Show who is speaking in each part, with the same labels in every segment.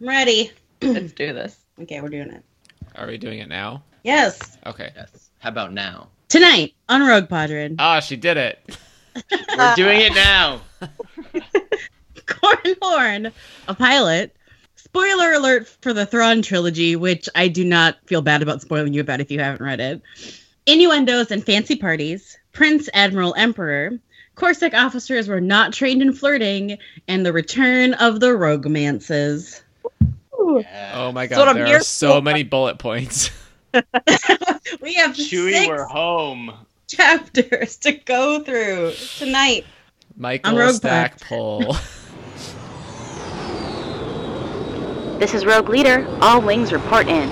Speaker 1: I'm ready.
Speaker 2: Let's do this.
Speaker 1: Okay, we're doing it.
Speaker 3: Are we doing it now?
Speaker 1: Yes.
Speaker 3: Okay.
Speaker 4: Yes. How about now?
Speaker 1: Tonight on Rogue Podred,
Speaker 2: Uh.
Speaker 3: Ah, she did it.
Speaker 4: We're doing it now.
Speaker 1: Corn Horn, a pilot. Spoiler alert for the Thrawn trilogy, which I do not feel bad about spoiling you about if you haven't read it. Innuendos and fancy parties, Prince, Admiral, Emperor, Corsic officers were not trained in flirting, and the return of the rogomances.
Speaker 4: Yeah.
Speaker 3: Oh my
Speaker 2: That's what
Speaker 3: god,
Speaker 2: I'm
Speaker 3: there
Speaker 2: here
Speaker 3: are so
Speaker 2: for.
Speaker 3: many bullet points.
Speaker 1: We have
Speaker 4: Chewie,
Speaker 1: six
Speaker 4: we're home.
Speaker 1: chapters to go through tonight.
Speaker 3: Michael
Speaker 1: Rogue
Speaker 3: Stackpole.
Speaker 5: This is Rogue Leader. All wings report in.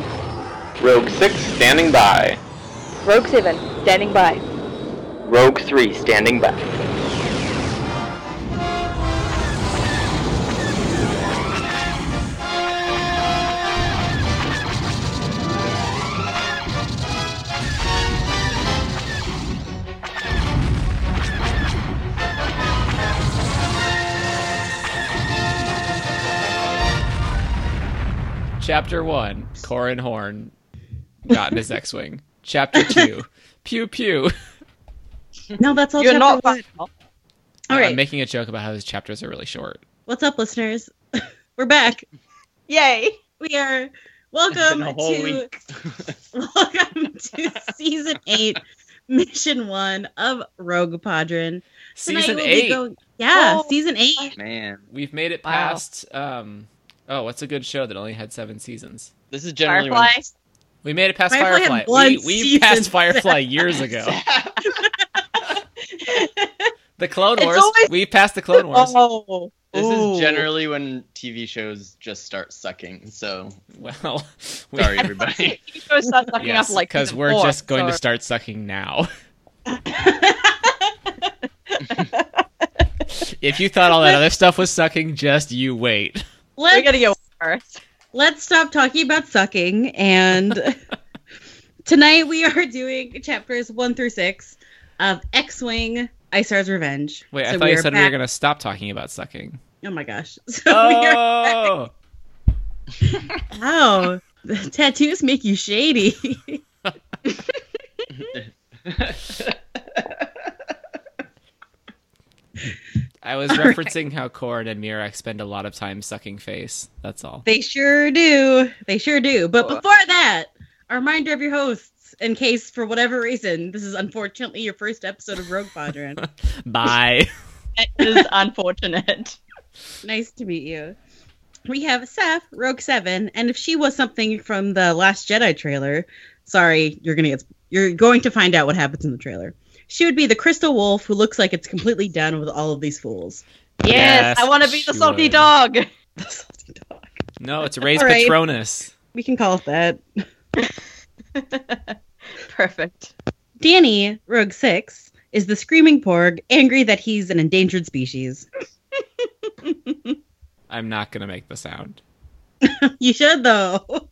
Speaker 6: Rogue 6 standing by.
Speaker 7: Rogue 7, standing by.
Speaker 6: Rogue 3 standing by.
Speaker 3: Chapter 1 Corin Horn got in his X Wing. Chapter 2 Pew Pew.
Speaker 1: No, that's all.
Speaker 2: You're
Speaker 1: chapter
Speaker 2: not Oh.
Speaker 1: one.
Speaker 2: final.
Speaker 1: All
Speaker 3: I'm
Speaker 1: right.
Speaker 3: making a joke about how those chapters are really short.
Speaker 1: What's up, listeners? We're back.
Speaker 2: Yay!
Speaker 1: We are
Speaker 4: It's
Speaker 1: welcome
Speaker 4: been a whole
Speaker 1: to
Speaker 4: week.
Speaker 1: welcome to season eight, mission one of Rogue Padron. Tonight
Speaker 3: Season
Speaker 1: we'll be
Speaker 3: 8.
Speaker 1: going- yeah,
Speaker 2: Oh.
Speaker 1: season eight.
Speaker 4: Man,
Speaker 3: We've made it
Speaker 2: Wow.
Speaker 3: past. Um, oh, what's a good show that only had seven seasons?
Speaker 4: this is generally when-
Speaker 2: Firefly.
Speaker 3: We made it past
Speaker 1: Firefly had
Speaker 3: Firefly.
Speaker 1: one
Speaker 3: We, we
Speaker 1: season
Speaker 3: passed Firefly years ago. The Clone
Speaker 2: It's
Speaker 3: Wars.
Speaker 2: always-
Speaker 3: We passed the Clone Wars.
Speaker 2: Oh,
Speaker 4: This
Speaker 2: Ooh.
Speaker 4: is generally when TV shows just start sucking. So
Speaker 3: Well, we-
Speaker 4: sorry, everybody.
Speaker 2: You guys start sucking
Speaker 3: Yes,
Speaker 2: up like
Speaker 3: because
Speaker 2: season
Speaker 3: we're
Speaker 2: four,
Speaker 3: just going
Speaker 2: so-
Speaker 3: to start sucking now. if you thought all that other stuff was sucking, just you wait.
Speaker 2: We're
Speaker 1: Let's
Speaker 2: gonna go first.
Speaker 1: let's stop talking about sucking and tonight we are doing chapters one through six of X-wing. Icar's Revenge.
Speaker 3: Wait, I
Speaker 1: So
Speaker 3: thought
Speaker 1: we
Speaker 3: you
Speaker 1: are
Speaker 3: said we were
Speaker 1: back-
Speaker 3: going to stop talking about sucking.
Speaker 1: Oh my gosh! So we are
Speaker 3: Oh,
Speaker 1: Wow. Tattoos make you shady.
Speaker 3: I was referencing how Korn and Mirak spend a lot of time sucking face. That's all.
Speaker 1: they sure do. They sure do. But before that, a reminder of your hosts, in case for whatever reason, this is unfortunately your first episode of Rogue Quadrant.
Speaker 3: Bye.
Speaker 2: That is unfortunate.
Speaker 1: nice to meet you. We have Seth, Rogue Seven, and if she was something from the Last Jedi trailer, sorry, you're gonna get you're going to find out what happens in the trailer. She would be the crystal wolf who looks like it's completely done with all of these fools.
Speaker 2: Yes, I want to be the
Speaker 3: sure.
Speaker 2: salty dog.
Speaker 1: The salty dog.
Speaker 3: No, it's Ray's
Speaker 1: All right.
Speaker 3: Patronus.
Speaker 1: We can call it that.
Speaker 2: Perfect.
Speaker 1: Danny, Rogue Six, is the screaming porg, angry that he's an endangered species.
Speaker 3: I'm not going to make the sound.
Speaker 1: you should though.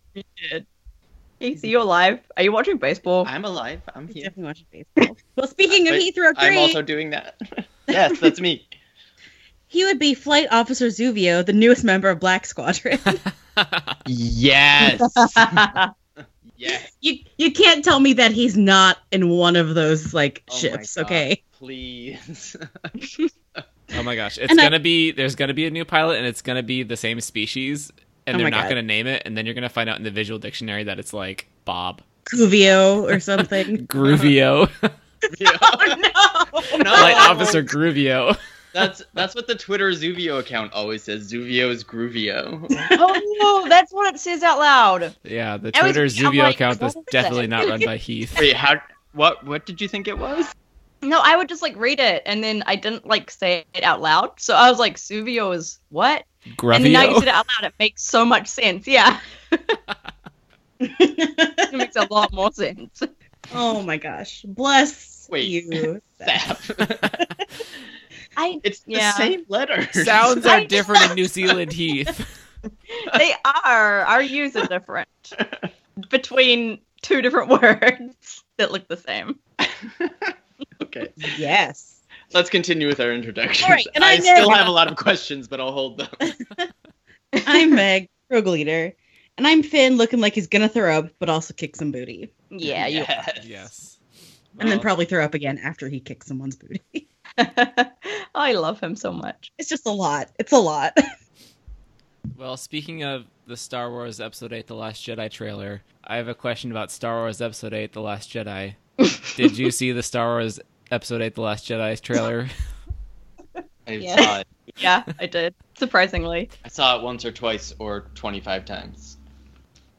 Speaker 2: Casey, you alive? Are you watching baseball?
Speaker 4: I'm alive. I'm here.
Speaker 1: Definitely watching baseball. Well, speaking of
Speaker 4: Wait,
Speaker 1: Heathrow Crane,
Speaker 4: I'm also doing that. yes, that's me.
Speaker 1: he would be Flight Officer Zuvio, the newest member of Black Squadron.
Speaker 4: Yes. yes.
Speaker 1: you you can't tell me that he's not in one of those like
Speaker 4: Oh my
Speaker 1: ships,
Speaker 4: God,
Speaker 1: okay?
Speaker 4: Please.
Speaker 3: Oh my gosh. It's
Speaker 1: And I-
Speaker 3: going to be, there's going to be a new pilot and it's going to be the same species and
Speaker 1: Oh
Speaker 3: they're
Speaker 1: my
Speaker 3: not
Speaker 1: God.
Speaker 3: going to name it. And then you're going to find out in the visual dictionary that it's like Bob.
Speaker 1: Zuvio or something.
Speaker 3: Groovio.
Speaker 2: Oh, no.
Speaker 4: Oh, no.
Speaker 3: Light
Speaker 2: Oh.
Speaker 3: Officer Groovio.
Speaker 4: That's that's what the Twitter Zuvio account always says. Zuvio is Groovio.
Speaker 2: Oh, that's what it says out loud.
Speaker 3: Yeah, the
Speaker 2: I was-
Speaker 3: Twitter
Speaker 2: I'm
Speaker 3: Zuvio
Speaker 2: like,
Speaker 3: account
Speaker 2: what
Speaker 3: that's
Speaker 2: is
Speaker 3: definitely
Speaker 2: that?
Speaker 3: not run by Heath.
Speaker 4: Wait, how? What? What did you think it was?
Speaker 2: No, I would just like read it, and then I didn't like say it out loud. So I was like, "Suvio is what?" And then now you
Speaker 3: Groovio.
Speaker 2: said it out loud. It makes so much sense. Yeah, it makes a lot more sense.
Speaker 1: oh my gosh. Bless
Speaker 4: Wait.
Speaker 1: you.
Speaker 4: Sap.
Speaker 2: I
Speaker 4: It's the
Speaker 2: Yeah.
Speaker 4: same letter.
Speaker 3: Sounds
Speaker 2: I
Speaker 3: are different in New Zealand, Heath.
Speaker 2: they are our use are different between two different words that look the same.
Speaker 4: okay.
Speaker 1: yes.
Speaker 4: Let's continue with our introductions.
Speaker 1: All right, and
Speaker 4: I
Speaker 1: I'm
Speaker 4: still
Speaker 1: Meg.
Speaker 4: have a lot of questions, but I'll hold them.
Speaker 1: I'm Meg, Rogue Leader, and I'm Finn looking like he's gonna throw up, but also kick some booty.
Speaker 2: Yeah, you.
Speaker 4: yes.
Speaker 3: Yes.
Speaker 1: And
Speaker 4: Oh.
Speaker 1: then
Speaker 3: Well,
Speaker 1: probably throw up again after he kicks someone's booty.
Speaker 2: I love him so much.
Speaker 1: It's just a lot. It's a lot.
Speaker 3: Well, speaking of the Star Wars Episode 8 The Last Jedi trailer, I have a question about Star Wars Episode 8 The Last Jedi. Did you see the Star Wars Episode 8 The Last Jedi trailer?
Speaker 4: I
Speaker 2: Yeah.
Speaker 4: saw it.
Speaker 2: Yeah, I did. Surprisingly,
Speaker 4: I saw it once or twice or 25 times.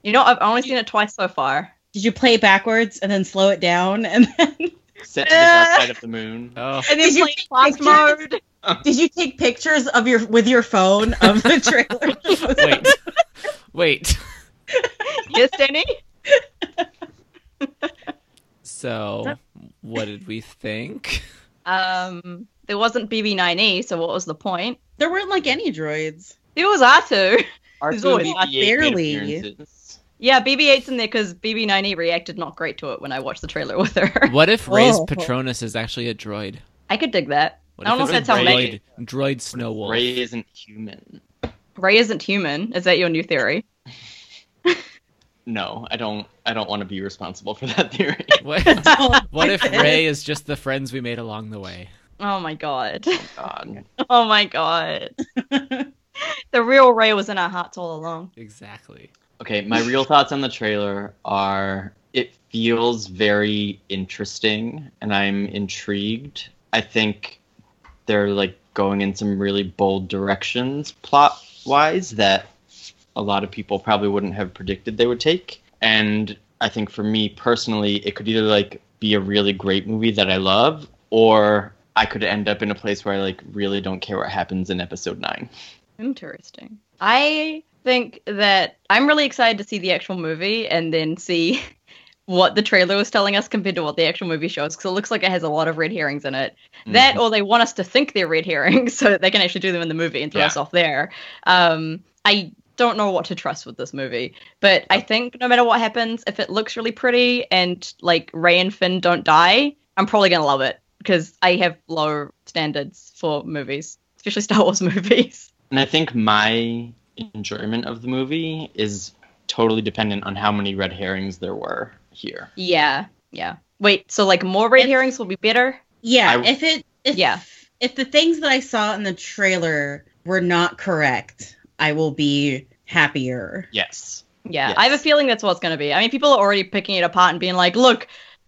Speaker 2: you know, I've only seen it twice so far.
Speaker 1: Did you play backwards and then slow it down? And then
Speaker 4: Set to the dark side of the moon.
Speaker 3: Oh,
Speaker 2: And
Speaker 1: Did
Speaker 2: then
Speaker 1: you
Speaker 2: played
Speaker 1: take
Speaker 2: class
Speaker 1: pictures?
Speaker 2: mode.
Speaker 1: did you take pictures of your with your phone of the trailer?
Speaker 3: wait. Wait.
Speaker 2: Yes, Danny.
Speaker 3: So, what did we think?
Speaker 2: Um, there wasn't BB9E, E, so what was the point?
Speaker 1: there weren't like any droids.
Speaker 2: There was R2.
Speaker 4: Arthur
Speaker 2: always
Speaker 4: BB-8
Speaker 1: not
Speaker 4: made
Speaker 1: barely.
Speaker 4: appearances.
Speaker 2: Yeah, BB8's in there because BB9E E reacted not great to it when I watched the trailer with her.
Speaker 3: What if Ray's
Speaker 1: Oh.
Speaker 3: Patronus is actually a droid?
Speaker 2: I could dig that.
Speaker 3: What
Speaker 2: I don't
Speaker 3: if
Speaker 2: know if
Speaker 3: it's
Speaker 2: that's how
Speaker 3: droid,
Speaker 4: Ray-
Speaker 3: droid Snow Wolf?
Speaker 4: Ray isn't human.
Speaker 2: Ray isn't human. Is that your new theory?
Speaker 4: No, I don't. I don't want to be responsible for that theory.
Speaker 3: What,
Speaker 1: Oh,
Speaker 3: what if
Speaker 1: my
Speaker 3: Ray is just the friends we made along the way?
Speaker 2: Oh my god.
Speaker 4: God.
Speaker 2: Oh my god. the real Ray was in our hearts all along.
Speaker 3: Exactly.
Speaker 4: Okay, my real thoughts on the trailer are it feels very interesting and I'm intrigued. I think they're like going in some really bold directions plot wise that a lot of people probably wouldn't have predicted they would take. And I think for me personally, it could either like be a really great movie that I love or I could end up in a place where I like really don't care what happens in episode 9.
Speaker 2: Interesting. I think that I'm really excited to see the actual movie and then see what the trailer was telling us compared to what the actual movie shows because it looks like it has a lot of red herrings in it. That
Speaker 4: Mm-hmm.
Speaker 2: or they want us to think they're red herrings so that they can actually do them in the movie and throw
Speaker 4: Yeah.
Speaker 2: us off there. Um, I don't know what to trust with this movie, but I think no matter what happens, if it looks really pretty and like Ray and Finn don't die, I'm probably gonna love it because I have low standards for movies, especially Star Wars movies.
Speaker 4: And I think my enjoyment of the movie is totally dependent on how many red herrings there were here.
Speaker 2: Yeah, yeah. Wait, so like more red
Speaker 1: It's-
Speaker 2: herrings will be better?
Speaker 1: Yeah,
Speaker 4: I-
Speaker 1: if it if,
Speaker 2: Yeah.
Speaker 1: if the things that I saw in the trailer were not correct, I will be happier.
Speaker 4: Yes.
Speaker 2: Yeah,
Speaker 4: Yes.
Speaker 2: I have a feeling that's what's going to be. I mean, people are already picking it apart and being like, look,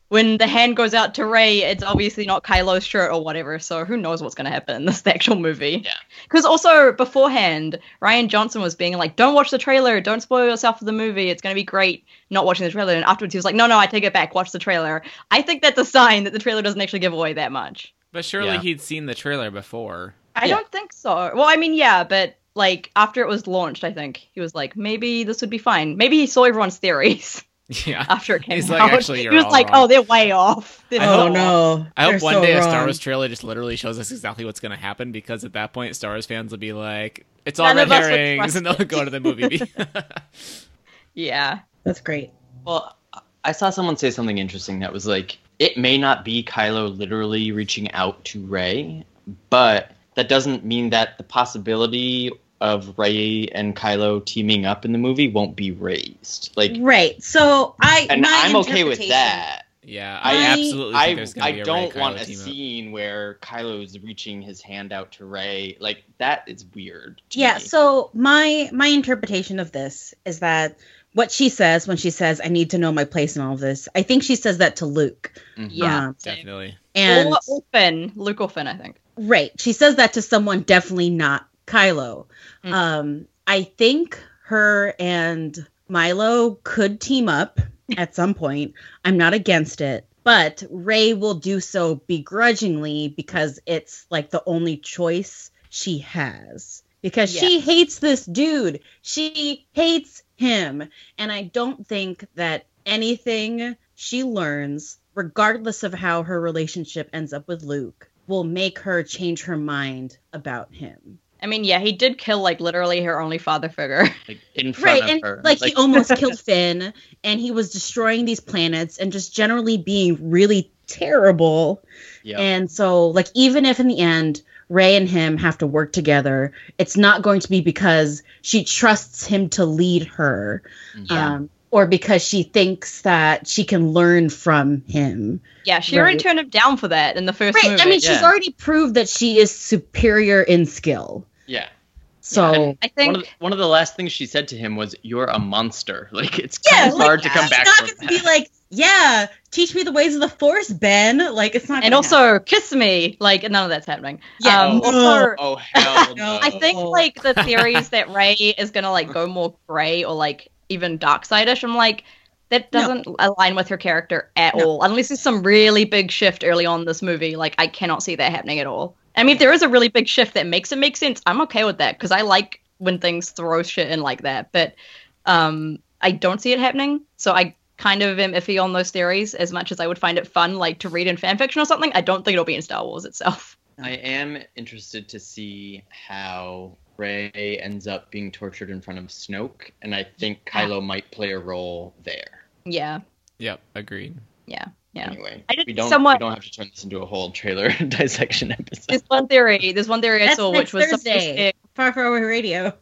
Speaker 2: when the hand goes out to Ray, it's obviously not Kylo's shirt or whatever. So who knows what's going to happen in this the actual movie?
Speaker 4: Yeah.
Speaker 2: Because also beforehand, Ryan Johnson was being like, don't watch the trailer. Don't spoil yourself for the movie. It's going to be great not watching the trailer. And afterwards, he was like, no, no, I take it back. Watch the trailer. I think that's a sign that the trailer doesn't actually give away that much.
Speaker 3: But surely
Speaker 4: Yeah.
Speaker 3: he'd seen the trailer before.
Speaker 2: I
Speaker 4: Yeah.
Speaker 2: don't think so. Well, I mean, yeah, but like after it was launched, I think he was like, maybe this would be fine. Maybe he saw everyone's theories
Speaker 3: Yeah.
Speaker 2: after it came
Speaker 3: He's
Speaker 2: out.
Speaker 3: like, "Actually, you're
Speaker 2: he was
Speaker 3: all
Speaker 2: like,
Speaker 3: wrong."
Speaker 2: oh, they're way off. They're
Speaker 3: I
Speaker 2: so
Speaker 1: oh
Speaker 3: hope-
Speaker 2: off."
Speaker 1: no!
Speaker 3: I hope
Speaker 1: They're
Speaker 3: one
Speaker 1: so
Speaker 3: day a
Speaker 1: wrong.
Speaker 3: Star Wars trailer just literally shows us exactly what's going to happen because at that point, Star Wars fans will be like, it's all
Speaker 2: None
Speaker 3: red
Speaker 2: of us would
Speaker 3: herrings,
Speaker 2: trust
Speaker 3: and they'll go to the movie.
Speaker 2: Yeah.
Speaker 1: That's great.
Speaker 4: Well, I saw someone say something interesting that was like, it may not be Kylo literally reaching out to Rey, but that doesn't mean that the possibility of Rey and Kylo teaming up in the movie won't be raised. Like,
Speaker 1: Right. So I
Speaker 4: and
Speaker 1: Mm-hmm. my
Speaker 4: I'm okay with
Speaker 1: interpretation-
Speaker 4: that.
Speaker 3: yeah, I,
Speaker 4: I-
Speaker 3: absolutely think
Speaker 4: I
Speaker 3: there's going
Speaker 4: I
Speaker 3: to be a
Speaker 4: don't want
Speaker 3: Ray
Speaker 4: a
Speaker 3: Kylo team up.
Speaker 4: scene where Kylo's reaching his hand out to Ray. Like that is weird. to
Speaker 1: Yeah.
Speaker 4: me.
Speaker 1: So my my interpretation of this is that what she says when she says, "I need to know my place in all of this," I think she says that to Luke.
Speaker 4: Mhm.
Speaker 2: Yeah.
Speaker 1: Um,
Speaker 3: Definitely.
Speaker 1: and
Speaker 2: Or, or Finn. Luke or Finn, I think.
Speaker 1: Right. She says that to someone definitely not Kylo.
Speaker 2: Mm.
Speaker 1: Um I think her and Milo could team up at some point. I'm not against it, but Ray will do so begrudgingly because it's like the only choice she has. Because she hates this dude. She hates him. And I don't think that anything she learns, regardless of how her relationship ends up with Luke, will make her change her mind about him.
Speaker 2: I mean, yeah, he did kill like literally her only father figure.
Speaker 4: like in front
Speaker 1: Right.
Speaker 4: of
Speaker 1: And
Speaker 4: her.
Speaker 1: like, he almost killed Finn and he was destroying these planets and just generally being really terrible.
Speaker 4: yeah.
Speaker 1: And so, like, even if in the end Ray and him have to work together. It's not going to be because she trusts him to lead her
Speaker 4: Mm-hmm.
Speaker 2: Yeah.
Speaker 1: um, or because she thinks that she can learn from him.
Speaker 2: Yeah, she already
Speaker 1: Right.
Speaker 2: turned him down for that in the first
Speaker 1: Right.
Speaker 2: movie.
Speaker 1: I mean, she's
Speaker 4: yeah.
Speaker 1: already proved that she is superior in skill.
Speaker 4: Yeah.
Speaker 1: So
Speaker 2: I think
Speaker 4: One of, the, one of the last things she said to him was, "You're a monster." Like it's
Speaker 1: Yeah,
Speaker 4: kind of
Speaker 1: like,
Speaker 4: hard to come
Speaker 1: she's
Speaker 4: back
Speaker 1: not
Speaker 4: from.
Speaker 1: going to
Speaker 4: that.
Speaker 1: be like, yeah, teach me the ways of the force, Ben. Like, it's not.
Speaker 2: and
Speaker 1: gonna happen.
Speaker 2: also kiss me. Like none of that's happening.
Speaker 1: Yeah.
Speaker 2: Um,
Speaker 1: No.
Speaker 2: also,
Speaker 4: oh hell
Speaker 1: No,
Speaker 4: no!
Speaker 2: I think
Speaker 1: Oh.
Speaker 2: like the theories that Ray is gonna like go more gray or like even dark side-ish. I'm like that
Speaker 1: No.
Speaker 2: doesn't align with her character at
Speaker 1: No.
Speaker 2: all. Unless there's some really big shift early on in this movie, like I cannot see that happening at all. I mean, if there is a really big shift that makes it make sense, I'm okay with that because I like when things throw shit in like that. But um, I don't see it happening, so I kind of am iffy on those theories. As much as I would find it fun, like to read in fan fiction or something, I don't think it'll be in Star Wars itself.
Speaker 4: I am interested to see how Ray ends up being tortured in front of Snoke, and I think Kylo might play a role there.
Speaker 2: Yeah,
Speaker 3: Yep, agreed.
Speaker 2: yeah.
Speaker 4: Anyway,
Speaker 2: I did
Speaker 4: we don't
Speaker 2: somewhat-
Speaker 4: we don't have to turn this into a whole trailer dissection episode.
Speaker 2: There's one theory. There's one theory I
Speaker 1: That's
Speaker 2: saw,
Speaker 1: next
Speaker 2: which was somebody
Speaker 1: Thursday.
Speaker 2: said-
Speaker 1: far, far away radio.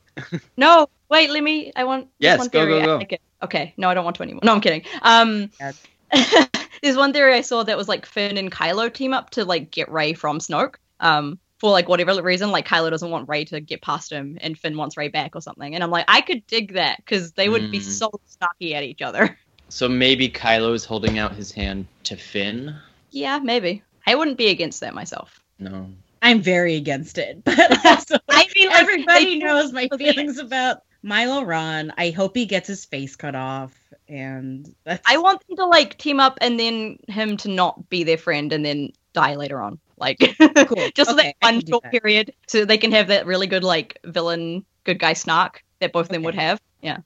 Speaker 2: No, wait, let me. I want. there's
Speaker 4: Yes,
Speaker 2: one
Speaker 4: go,
Speaker 2: theory
Speaker 4: go,
Speaker 2: I
Speaker 4: go.
Speaker 2: like it. Okay, no, I don't want to anymore. No, I'm kidding. Um,
Speaker 1: Yes.
Speaker 2: there's one theory I saw that was like Finn and Kylo team up to like get Ray from Snoke. Um, for like whatever reason, like Kylo doesn't want Ray to get past him, and Finn wants Ray back or something. And I'm like, I could dig that because they would be
Speaker 4: Mm.
Speaker 2: so snarky at each other.
Speaker 4: So maybe Kylo is holding out his hand to Finn.
Speaker 2: yeah, maybe. I wouldn't be against that myself.
Speaker 4: No.
Speaker 1: I'm very against it, but also,
Speaker 2: I mean, like,
Speaker 1: everybody
Speaker 2: they-
Speaker 1: knows my
Speaker 2: but they-
Speaker 1: feelings about Milo Ron. I hope he gets his face cut off, and that's
Speaker 2: I want them to like team up and then him to not be their friend and then die later on. Like
Speaker 1: Cool.
Speaker 2: just for
Speaker 1: Okay,
Speaker 2: that
Speaker 1: I can
Speaker 2: one
Speaker 1: do
Speaker 2: short
Speaker 1: that.
Speaker 2: period. So they can have that really good like villain good guy snark that both of them would
Speaker 1: Okay.
Speaker 2: have. Yeah.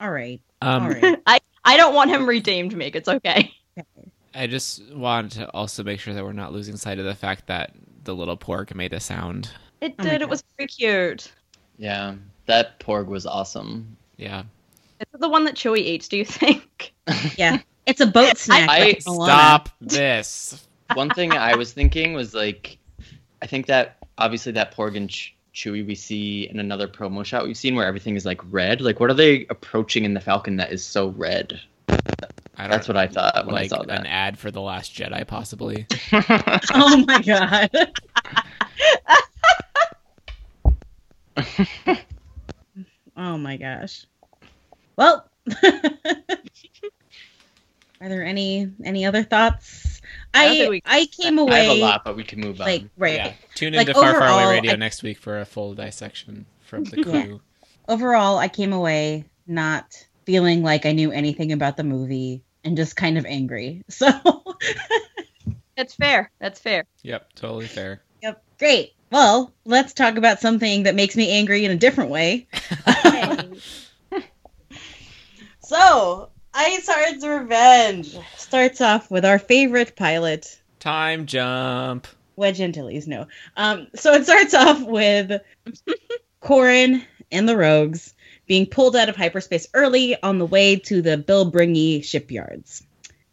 Speaker 1: All right,
Speaker 3: Um,
Speaker 1: all right.
Speaker 2: I don't want him redeemed, Meg. It's okay.
Speaker 3: I just wanted to also make sure that we're not losing sight of the fact that the little pork made a sound.
Speaker 2: It
Speaker 1: Oh my
Speaker 2: did,
Speaker 1: God.
Speaker 2: it was very cute.
Speaker 4: Yeah. That porg was awesome.
Speaker 3: Yeah.
Speaker 2: Is it the one that Chewie eats, do you think?
Speaker 1: Yeah, it's a boat snack.
Speaker 4: I-
Speaker 1: like Moana.
Speaker 3: Stop this.
Speaker 4: One thing I was thinking was like I think that obviously that porg and Ch- Chewie we see in another promo shot we've seen where everything is like red. Like what are they approaching in the Falcon that is so red?
Speaker 3: I don't
Speaker 4: That's what I thought when
Speaker 3: like
Speaker 4: I saw
Speaker 3: an ad for the Last Jedi, possibly.
Speaker 4: that.
Speaker 1: Oh my god. oh my gosh. Well, are there any any other thoughts?
Speaker 2: I
Speaker 1: I I,
Speaker 2: don't think we-
Speaker 1: came
Speaker 4: I have
Speaker 1: away
Speaker 4: a lot, but we can move on.
Speaker 1: like right.
Speaker 3: Yeah. Tune
Speaker 1: Like,
Speaker 3: into Far Far
Speaker 1: overall,
Speaker 3: Away Radio
Speaker 1: I-
Speaker 3: next week for a full dissection from the
Speaker 1: Yeah.
Speaker 3: crew.
Speaker 1: Overall, I came away not feeling like I knew anything about the movie and just kind of angry. So,
Speaker 2: That's fair. That's fair.
Speaker 3: Yep, totally fair.
Speaker 1: yep, great. Well, let's talk about something that makes me angry in a different way. So, Ice Heart's Revenge starts off with our favorite pilot,
Speaker 3: Time jump.
Speaker 1: Wedge Antilles. No. Um, so, it starts off with Corin and the Rogues being pulled out of hyperspace early on the way to the Bilbringi shipyards.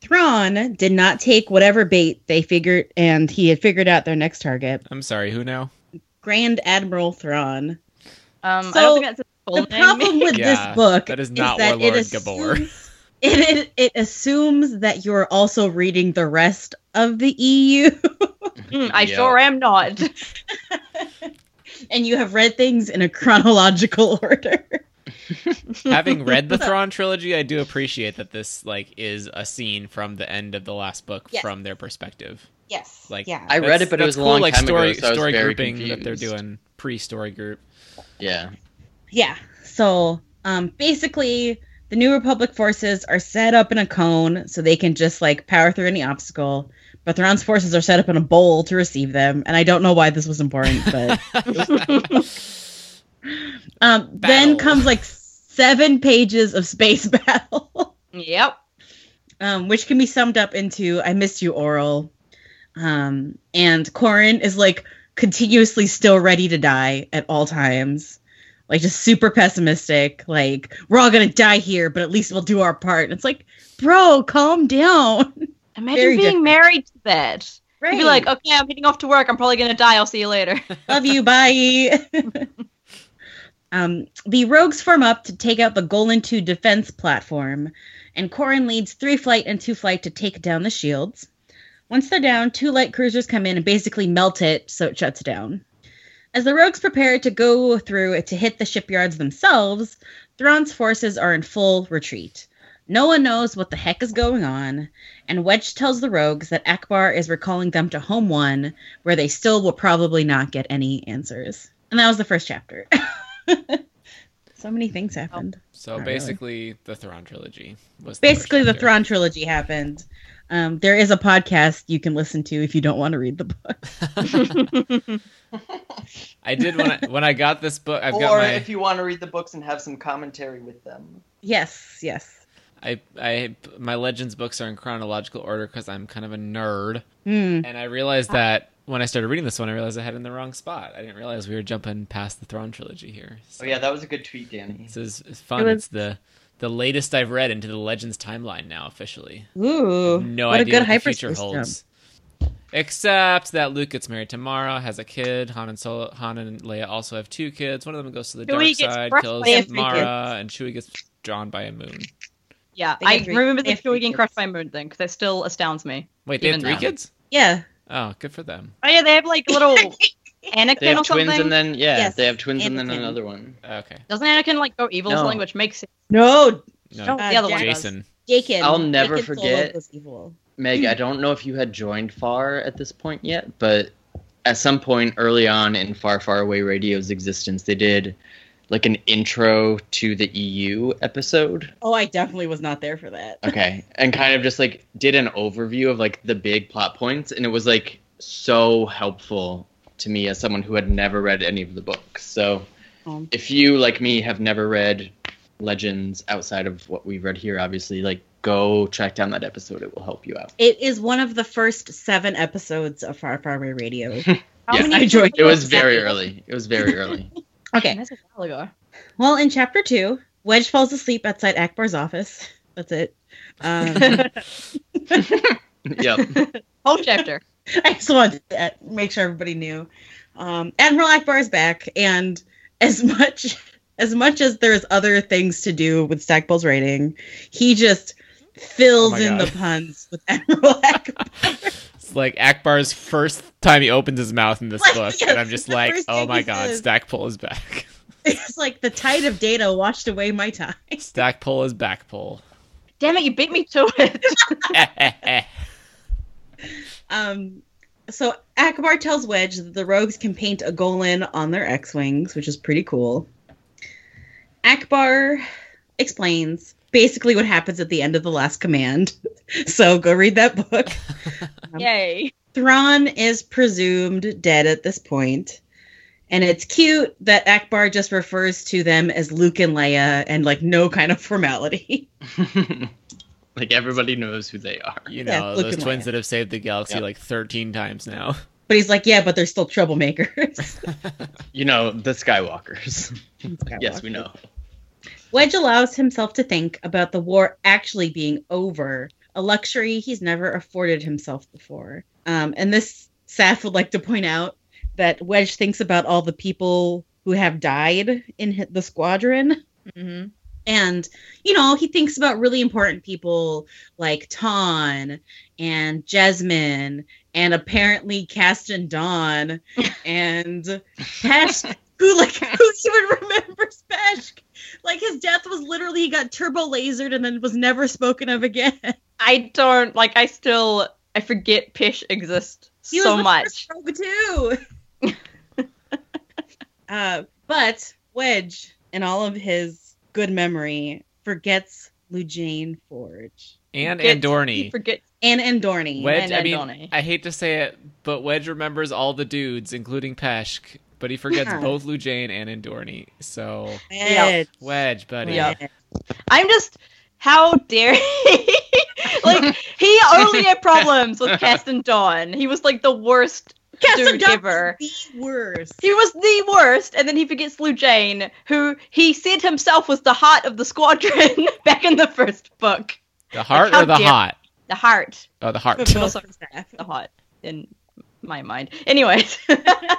Speaker 1: Thrawn did not take whatever bait they figured, and he had figured out their next target,
Speaker 3: I'm sorry, who now?
Speaker 1: Grand Admiral Thrawn.
Speaker 2: Um
Speaker 1: So,
Speaker 2: I don't think that's a full
Speaker 1: the problem
Speaker 2: name.
Speaker 1: with
Speaker 3: Yeah,
Speaker 1: this book
Speaker 3: that is not
Speaker 1: that
Speaker 3: Warlord
Speaker 1: it
Speaker 3: Gabor.
Speaker 1: assumes- It, it it assumes that you're also reading the rest of the E EU
Speaker 2: Mm, I
Speaker 4: Yeah.
Speaker 2: sure am not.
Speaker 1: and you have read things in a chronological order.
Speaker 3: Having read the Thrawn trilogy, I do appreciate that this like is a scene from the end of the last book
Speaker 1: Yes.
Speaker 3: from their perspective.
Speaker 1: Yes.
Speaker 3: Like,
Speaker 1: yeah.
Speaker 4: I read
Speaker 3: That's-
Speaker 4: it, but it
Speaker 3: that's
Speaker 4: was a
Speaker 3: cool,
Speaker 4: long
Speaker 3: like
Speaker 4: time
Speaker 3: story,
Speaker 4: ago, so I was
Speaker 3: story
Speaker 4: very
Speaker 3: grouping that they're
Speaker 4: confused.
Speaker 3: doing pre-story group.
Speaker 4: Yeah.
Speaker 1: Yeah. So um, basically, the New Republic forces are set up in a cone so they can just like power through any obstacle. But Thrawn's forces are set up in a bowl to receive them, and I don't know why this was important, but um, then
Speaker 3: Battle.
Speaker 1: comes like seven pages of space battle.
Speaker 2: yep.
Speaker 1: um, which can be summed up into "I missed you, Oral." Um, and Corin is like continuously still ready to die at all times, like just super pessimistic. Like we're all gonna die here, but at least we'll do our part. And it's like, bro, calm down.
Speaker 2: Imagine
Speaker 1: Very
Speaker 2: being
Speaker 1: different.
Speaker 2: married to that.
Speaker 1: Right.
Speaker 2: You'd be like, okay, I'm heading off to work. I'm probably gonna die. I'll see you later.
Speaker 1: Love you. Bye. um, the rogues form up to take out the Golan 2 defense platform, and Corin leads three flight and two flight to take down the shields. Once they're down, two light cruisers come in and basically melt it so it shuts down. As the rogues prepare to go through to hit the shipyards themselves, Thrawn's forces are in full retreat. No one knows what the heck is going on, and Wedge tells the rogues that Akbar is recalling them to Home One, where they still will probably not get any answers. And that was the first chapter. so many things happened.
Speaker 3: So
Speaker 1: Not really.
Speaker 3: basically, the Thrawn trilogy was the first
Speaker 1: Basically, the
Speaker 3: chapter.
Speaker 1: Thrawn trilogy happened. Um, there is a podcast you can listen to if you don't want to read the book.
Speaker 3: I did when I, when I got this book. I've
Speaker 4: or
Speaker 3: got my.
Speaker 4: if you want to read the books and have some commentary with them.
Speaker 1: Yes, yes.
Speaker 3: I I my Legends books are in chronological order because I'm kind of a nerd,
Speaker 1: Hmm.
Speaker 3: and I realized that when I started reading this one, I realized I had it in the wrong spot. I didn't realize we were jumping past the Thrawn trilogy here. So
Speaker 4: Oh yeah, that was a good tweet, Danny.
Speaker 3: this is it's fun.
Speaker 1: It was-
Speaker 3: It's the the latest I've read into the Legends timeline now officially.
Speaker 1: Ooh,
Speaker 3: No
Speaker 1: what
Speaker 3: idea
Speaker 1: a good
Speaker 3: what the
Speaker 1: hyper
Speaker 3: future holds. Except that Luke gets married to Mara, has a kid. Han and Solo, Han and Leia also have two kids. One of them goes to the dark
Speaker 2: Chewie gets
Speaker 3: side,
Speaker 2: crushed by a
Speaker 3: kills
Speaker 1: freaking-
Speaker 3: Mara, and Chewie gets drawn by a moon.
Speaker 2: yeah,
Speaker 1: They
Speaker 2: I
Speaker 1: have three-
Speaker 2: remember
Speaker 1: they
Speaker 2: the
Speaker 1: have three
Speaker 2: Chewie getting
Speaker 1: kids.
Speaker 2: crushed by a moon thing because that still astounds me.
Speaker 3: Wait, they have
Speaker 2: Even
Speaker 3: three
Speaker 2: now.
Speaker 3: kids?
Speaker 1: Yeah.
Speaker 3: Oh, good for them.
Speaker 2: Oh yeah, they have like little Anakin
Speaker 4: They have
Speaker 2: or something.
Speaker 4: twins and then yeah,
Speaker 1: Yes,
Speaker 4: they have twins and then
Speaker 1: Anakin.
Speaker 4: another one.
Speaker 3: Okay.
Speaker 2: Doesn't Anakin like go evil or
Speaker 4: No.
Speaker 2: something, which makes sense?
Speaker 1: No, Oh,
Speaker 3: No,
Speaker 2: the other one
Speaker 1: Jack-
Speaker 3: Jason.
Speaker 1: Jacob.
Speaker 4: I'll never
Speaker 1: Jacob Solo
Speaker 4: forget.
Speaker 1: was evil.
Speaker 4: Meg, I don't know if you had joined FAR at this point yet, but at some point early on in Far Far Away Radio's existence, they did like an intro to the EU episode.
Speaker 1: Oh, I definitely was not there for that.
Speaker 4: Okay. and kind of just like did an overview of like the big plot points and it was like so helpful to me as someone who had never read any of the books. So
Speaker 1: Um.
Speaker 4: if you like me have never read legends outside of what we've read here obviously like go track down that episode it will help you out.
Speaker 1: It is one of the first seven episodes of Far Far Away Radio.
Speaker 2: How
Speaker 4: Yeah,
Speaker 2: many
Speaker 1: I joined-
Speaker 4: It was
Speaker 2: episodes-
Speaker 4: very early. It was very early.
Speaker 1: Okay.
Speaker 2: That's a while ago.
Speaker 1: Well, in chapter two, Wedge falls asleep outside Akbar's office. That's it. Um,
Speaker 4: yep.
Speaker 2: Whole chapter.
Speaker 1: I just wanted to uh, make sure everybody knew. Um, Admiral Akbar is back, and as much as much as there's other things to do with Stackpole's writing, he just fills
Speaker 3: Oh my
Speaker 1: in
Speaker 3: God.
Speaker 1: the puns with Admiral Akbar.
Speaker 3: It's like Akbar's first time he opens his mouth in this
Speaker 1: Like,
Speaker 3: book,
Speaker 1: yes,
Speaker 3: and I'm just
Speaker 1: the
Speaker 3: like,
Speaker 1: first
Speaker 3: oh
Speaker 1: thing
Speaker 3: my
Speaker 1: he
Speaker 3: god,
Speaker 1: says.
Speaker 3: Stackpole is back.
Speaker 1: it's like the tide of data washed away my time.
Speaker 3: Stackpole is backpole.
Speaker 2: Damn it, you beat me to it.
Speaker 1: Um, so Akbar tells Wedge that the rogues can paint a Golan on their X Wings, which is pretty cool. Akbar explains basically what happens at the end of the last command. so go read that book.
Speaker 2: Um, Yay.
Speaker 1: Thrawn is presumed dead at this point, And it's cute that Akbar just refers to them as Luke and Leia and like no kind of formality.
Speaker 4: like everybody knows who they are.
Speaker 3: you
Speaker 1: Yeah,
Speaker 3: know,
Speaker 1: look
Speaker 3: those
Speaker 1: at my
Speaker 3: twins
Speaker 1: ass.
Speaker 3: that have saved the galaxy
Speaker 4: Yep.
Speaker 3: like 13 times now.
Speaker 1: But he's like, yeah, but they're still troublemakers.
Speaker 4: You know, the Skywalkers. yes, we know.
Speaker 1: Wedge allows himself to think about the war actually being over, a luxury he's never afforded himself before. Um, and this Saf would like to point out that Wedge thinks about all the people who have died in hi- the squadron.
Speaker 2: Mm-hmm.
Speaker 1: And, you know, he thinks about really important people like Ton and Jasmine and apparently Castan Dawn and Pesh, who, like, who even remembers Pesh? Like, his death was literally he got turbo lasered and then was never spoken of again.
Speaker 2: I don't like I still I forget Pish exists
Speaker 1: He was
Speaker 2: so
Speaker 1: the
Speaker 2: much.
Speaker 1: first rogue, too. uh, but Wedge, in all of his good memory, forgets Lujane Forge.
Speaker 3: And
Speaker 2: Forget-
Speaker 3: Andorni.
Speaker 2: You forget
Speaker 1: and Andorni.
Speaker 3: Wedge,
Speaker 2: and
Speaker 3: I mean,
Speaker 2: Andorni.
Speaker 3: I hate to say it, but Wedge remembers all the dudes, including Peshk, but he forgets
Speaker 1: Yeah.
Speaker 3: both Lujane and Andorni. So,
Speaker 1: Wedge.
Speaker 3: Wedge, buddy.
Speaker 2: Yeah. I'm just how dare he? like he only had problems with Cast and Dawn. He was like the worst.
Speaker 1: Castle
Speaker 2: Dude,
Speaker 1: Duck is
Speaker 2: ever.
Speaker 1: the worst.
Speaker 2: He was the worst, and then he forgets Lu Jane, who he said himself was the heart of the squadron back in the first book.
Speaker 3: The heart
Speaker 2: How
Speaker 3: or the
Speaker 2: dare-
Speaker 3: hot?
Speaker 2: The heart,
Speaker 3: Oh, the heart.
Speaker 2: But-
Speaker 1: Both
Speaker 2: sorry.
Speaker 1: staff.
Speaker 2: the heart. in my mind. Anyways, I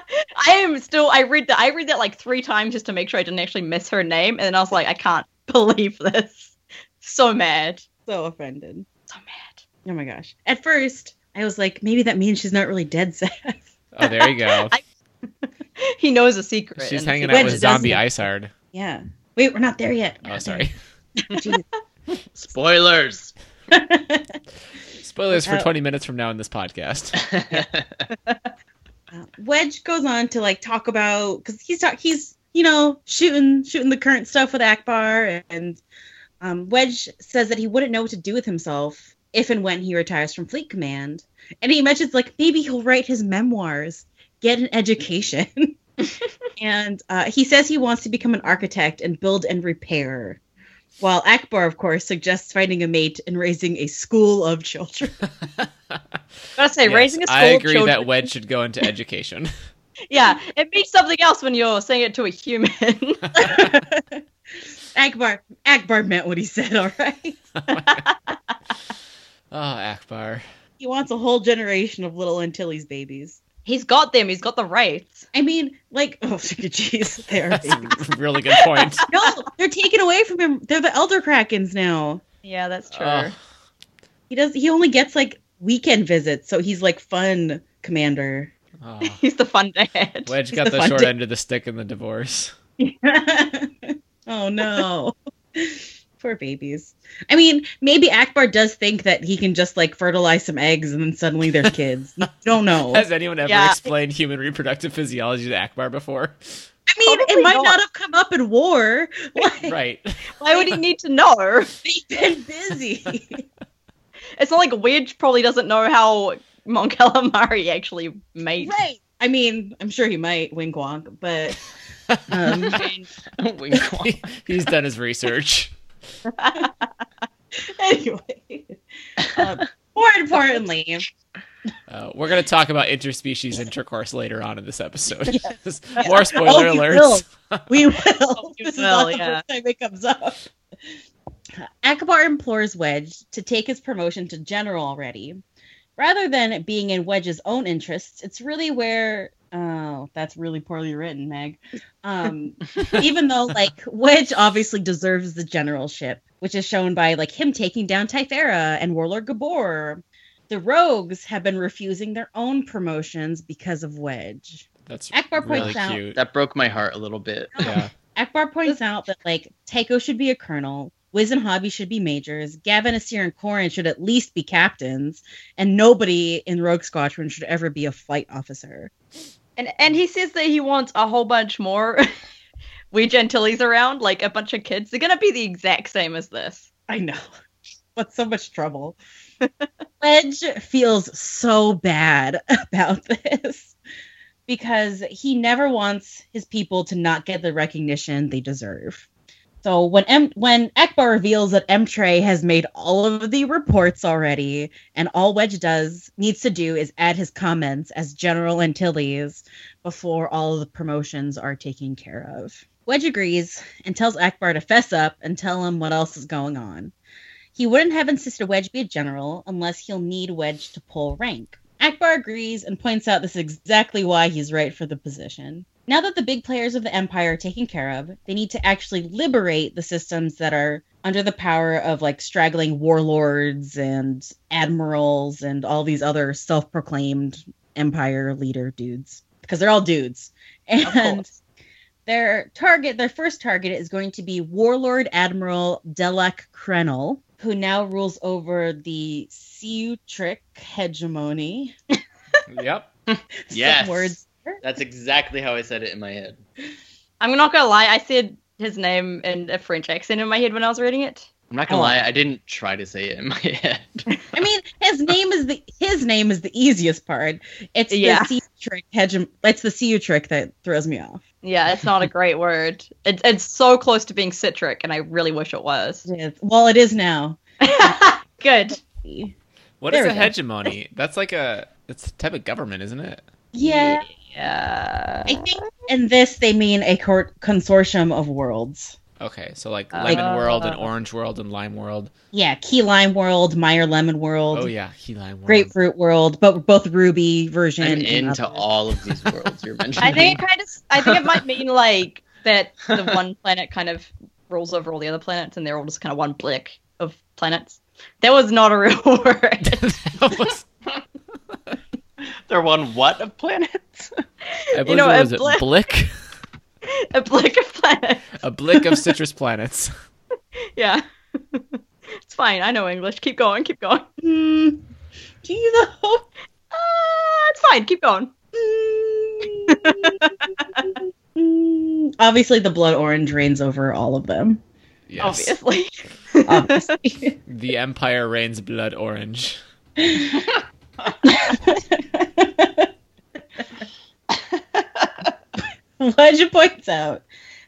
Speaker 2: am still. I read that. I read that like three times just to make sure I didn't actually miss her name, and then I was like, I can't believe this. So mad.
Speaker 1: So offended.
Speaker 2: So mad.
Speaker 1: Oh my gosh. At first, I was like, maybe that means she's not really dead, Seth.
Speaker 3: Oh, there you go.
Speaker 2: I- He knows a secret.
Speaker 3: She's
Speaker 2: and
Speaker 3: hanging
Speaker 1: Wedge
Speaker 3: out with
Speaker 1: doesn't-
Speaker 3: Zombie Isard.
Speaker 1: yeah. Wait, we're not there yet. We're
Speaker 3: Oh,
Speaker 1: not
Speaker 3: sorry.
Speaker 1: there. Jeez.
Speaker 4: Spoilers.
Speaker 3: Spoilers for
Speaker 1: Oh.
Speaker 3: 20 minutes from now in this podcast.
Speaker 1: Uh, Wedge goes on to like talk about because he's talk he's you know shooting shooting the current stuff with Akbar and um, Wedge says that he wouldn't know what to do with himself if and when he retires from Fleet Command, and he mentions like maybe he'll write his memoirs, get an education, and uh, he says he wants to become an architect and build and repair. While Akbar, of course, suggests finding a mate and raising a school of children.
Speaker 2: gotta say,
Speaker 3: Yes,
Speaker 2: raising a school
Speaker 3: I agree
Speaker 2: of children.
Speaker 3: that Wedge should go into education.
Speaker 2: Yeah, it means something else when you're saying it to a human.
Speaker 1: Akbar, Akbar meant what he said, all right.
Speaker 3: oh, Akbar.
Speaker 1: He wants a whole generation of little Antilles babies.
Speaker 2: he's got them. He's got the rights.
Speaker 1: I mean, like, oh, jeez, they are
Speaker 3: That's
Speaker 1: babies.
Speaker 3: a really good point.
Speaker 1: no, they're taken away from him. They're the Elder Krakens now.
Speaker 2: Yeah, that's true.
Speaker 3: Oh,
Speaker 1: He does. He only gets like weekend visits, so he's like fun commander.
Speaker 3: oh.
Speaker 2: He's the fun dad.
Speaker 3: Wedge
Speaker 1: He's
Speaker 3: got
Speaker 1: the
Speaker 3: the
Speaker 1: fun
Speaker 3: short
Speaker 1: dad.
Speaker 3: end of the stick in the divorce.
Speaker 1: oh no, poor babies. I mean, maybe Akbar does think that he can just like fertilize some eggs and then suddenly they're kids. You don't know.
Speaker 3: Has anyone ever
Speaker 2: Yeah.
Speaker 3: explained human reproductive physiology to Akbar before?
Speaker 1: I mean, it
Speaker 2: Probably
Speaker 1: might
Speaker 2: not.
Speaker 1: not. have come up in war. Like,
Speaker 3: Right.
Speaker 2: Why would he need to know?
Speaker 1: They've been busy.
Speaker 2: It's not like Wedge probably doesn't know how Mon Calamari actually made.
Speaker 1: Right. I mean, I'm sure he might wink wonk, but um,
Speaker 4: Wink, wink.
Speaker 3: He's done his research.
Speaker 1: anyway. Um, more importantly,
Speaker 3: Uh, we're going to talk about interspecies intercourse later on in this episode. More spoiler
Speaker 1: Oh, you
Speaker 3: alerts.
Speaker 1: we will.
Speaker 2: you
Speaker 1: This is
Speaker 2: will,
Speaker 1: not the
Speaker 2: yeah.
Speaker 1: first time it comes up. Akbar implores Wedge to take his promotion to general already. Rather than it being in Wedge's own interests, it's really where. Oh, that's really poorly written, Meg. Um, even though, like, Wedge obviously deserves the generalship, which is shown by, like, him taking down Typhara and Warlord Gabor. The rogues have been refusing their own promotions because of Wedge.
Speaker 3: That's
Speaker 1: Akbar points
Speaker 3: really
Speaker 1: out-
Speaker 3: cute.
Speaker 4: That broke my heart a little bit.
Speaker 3: Yeah.
Speaker 1: oh, Akbar points out that like Tycho should be a colonel, Wiz and Hobby should be majors, Gavin, Asir, and Corin should at least be captains, and nobody in Rogue Squadron should ever be a flight officer.
Speaker 2: And and he says that he wants a whole bunch more Wedge Antilles around, like a bunch of kids. They're gonna be the exact same as this.
Speaker 1: I know. What's so much trouble? Wedge feels so bad about this because he never wants his people to not get the recognition they deserve. So when M- when Ekbar reveals that M Trey has made all of the reports already, and all Wedge does needs to do is add his comments as General Antilles before all of the promotions are taken care of. Wedge agrees and tells Akbar to fess up and tell him what else is going on. He wouldn't have insisted Wedge be a general unless he'll need Wedge to pull rank. Akbar agrees and points out this is exactly why he's right for the position. Now that the big players of the Empire are taken care of, they need to actually liberate the systems that are under the power of like straggling warlords and admirals and all these other self proclaimed Empire leader dudes. Because they're all dudes.
Speaker 2: Of
Speaker 1: And
Speaker 2: course.
Speaker 1: their target, their first target is going to be Warlord Admiral Delek Krenel, who now rules over the Seutric hegemony.
Speaker 3: yep.
Speaker 1: Some
Speaker 4: Yes.
Speaker 1: words.
Speaker 4: That's exactly how I said it in my head.
Speaker 2: I'm not gonna lie, I said his name in a French accent in my head when I was reading it.
Speaker 4: I'm not gonna
Speaker 1: Oh.
Speaker 4: lie, I didn't try to say it in my head.
Speaker 1: I mean, his name is the his name is the easiest part. It's
Speaker 2: Yeah.
Speaker 1: the Seutric hegem. It's the Seutric that throws me off.
Speaker 2: Yeah, it's not a great word. It, it's so close to being citric, and I really wish it was.
Speaker 1: It's- Well, it is now.
Speaker 2: Good.
Speaker 3: What is
Speaker 1: There
Speaker 3: a
Speaker 1: we go.
Speaker 3: hegemony? That's like a it's a type of government, isn't it?
Speaker 1: Yeah,
Speaker 2: Yeah.
Speaker 1: I think in this they mean a cor- consortium of worlds.
Speaker 3: Okay, so like
Speaker 2: Uh,
Speaker 3: Lemon World and Orange World and Lime World.
Speaker 1: Yeah, Key Lime World, Meyer Lemon World,
Speaker 3: Oh yeah, Key Lime World.
Speaker 1: Grapefruit World, but both Ruby version.
Speaker 4: I'm
Speaker 1: and
Speaker 4: into
Speaker 1: other.
Speaker 4: all of these worlds you're mentioning.
Speaker 2: I think it kind of. I think it might mean like that the one planet kind of rules over all the other planets, and they're all just kind of one blick of planets. That was not a real word.
Speaker 3: That was-
Speaker 4: they're one what of planets?
Speaker 3: I believe
Speaker 2: know,
Speaker 3: it
Speaker 2: a
Speaker 3: was a
Speaker 2: blick-
Speaker 3: blick,
Speaker 2: a blick of planets.
Speaker 3: a blick of citrus planets.
Speaker 2: Yeah. it's fine. I know English. Keep going. Keep going.
Speaker 1: Hmm. do you know?
Speaker 2: Uh, it's fine. Keep going.
Speaker 1: Mm. Mm. Obviously, the blood orange reigns over all of them.
Speaker 3: Yes,
Speaker 2: Obviously.
Speaker 1: Um, Obviously.
Speaker 3: the Empire reigns blood orange.
Speaker 1: Wedge points out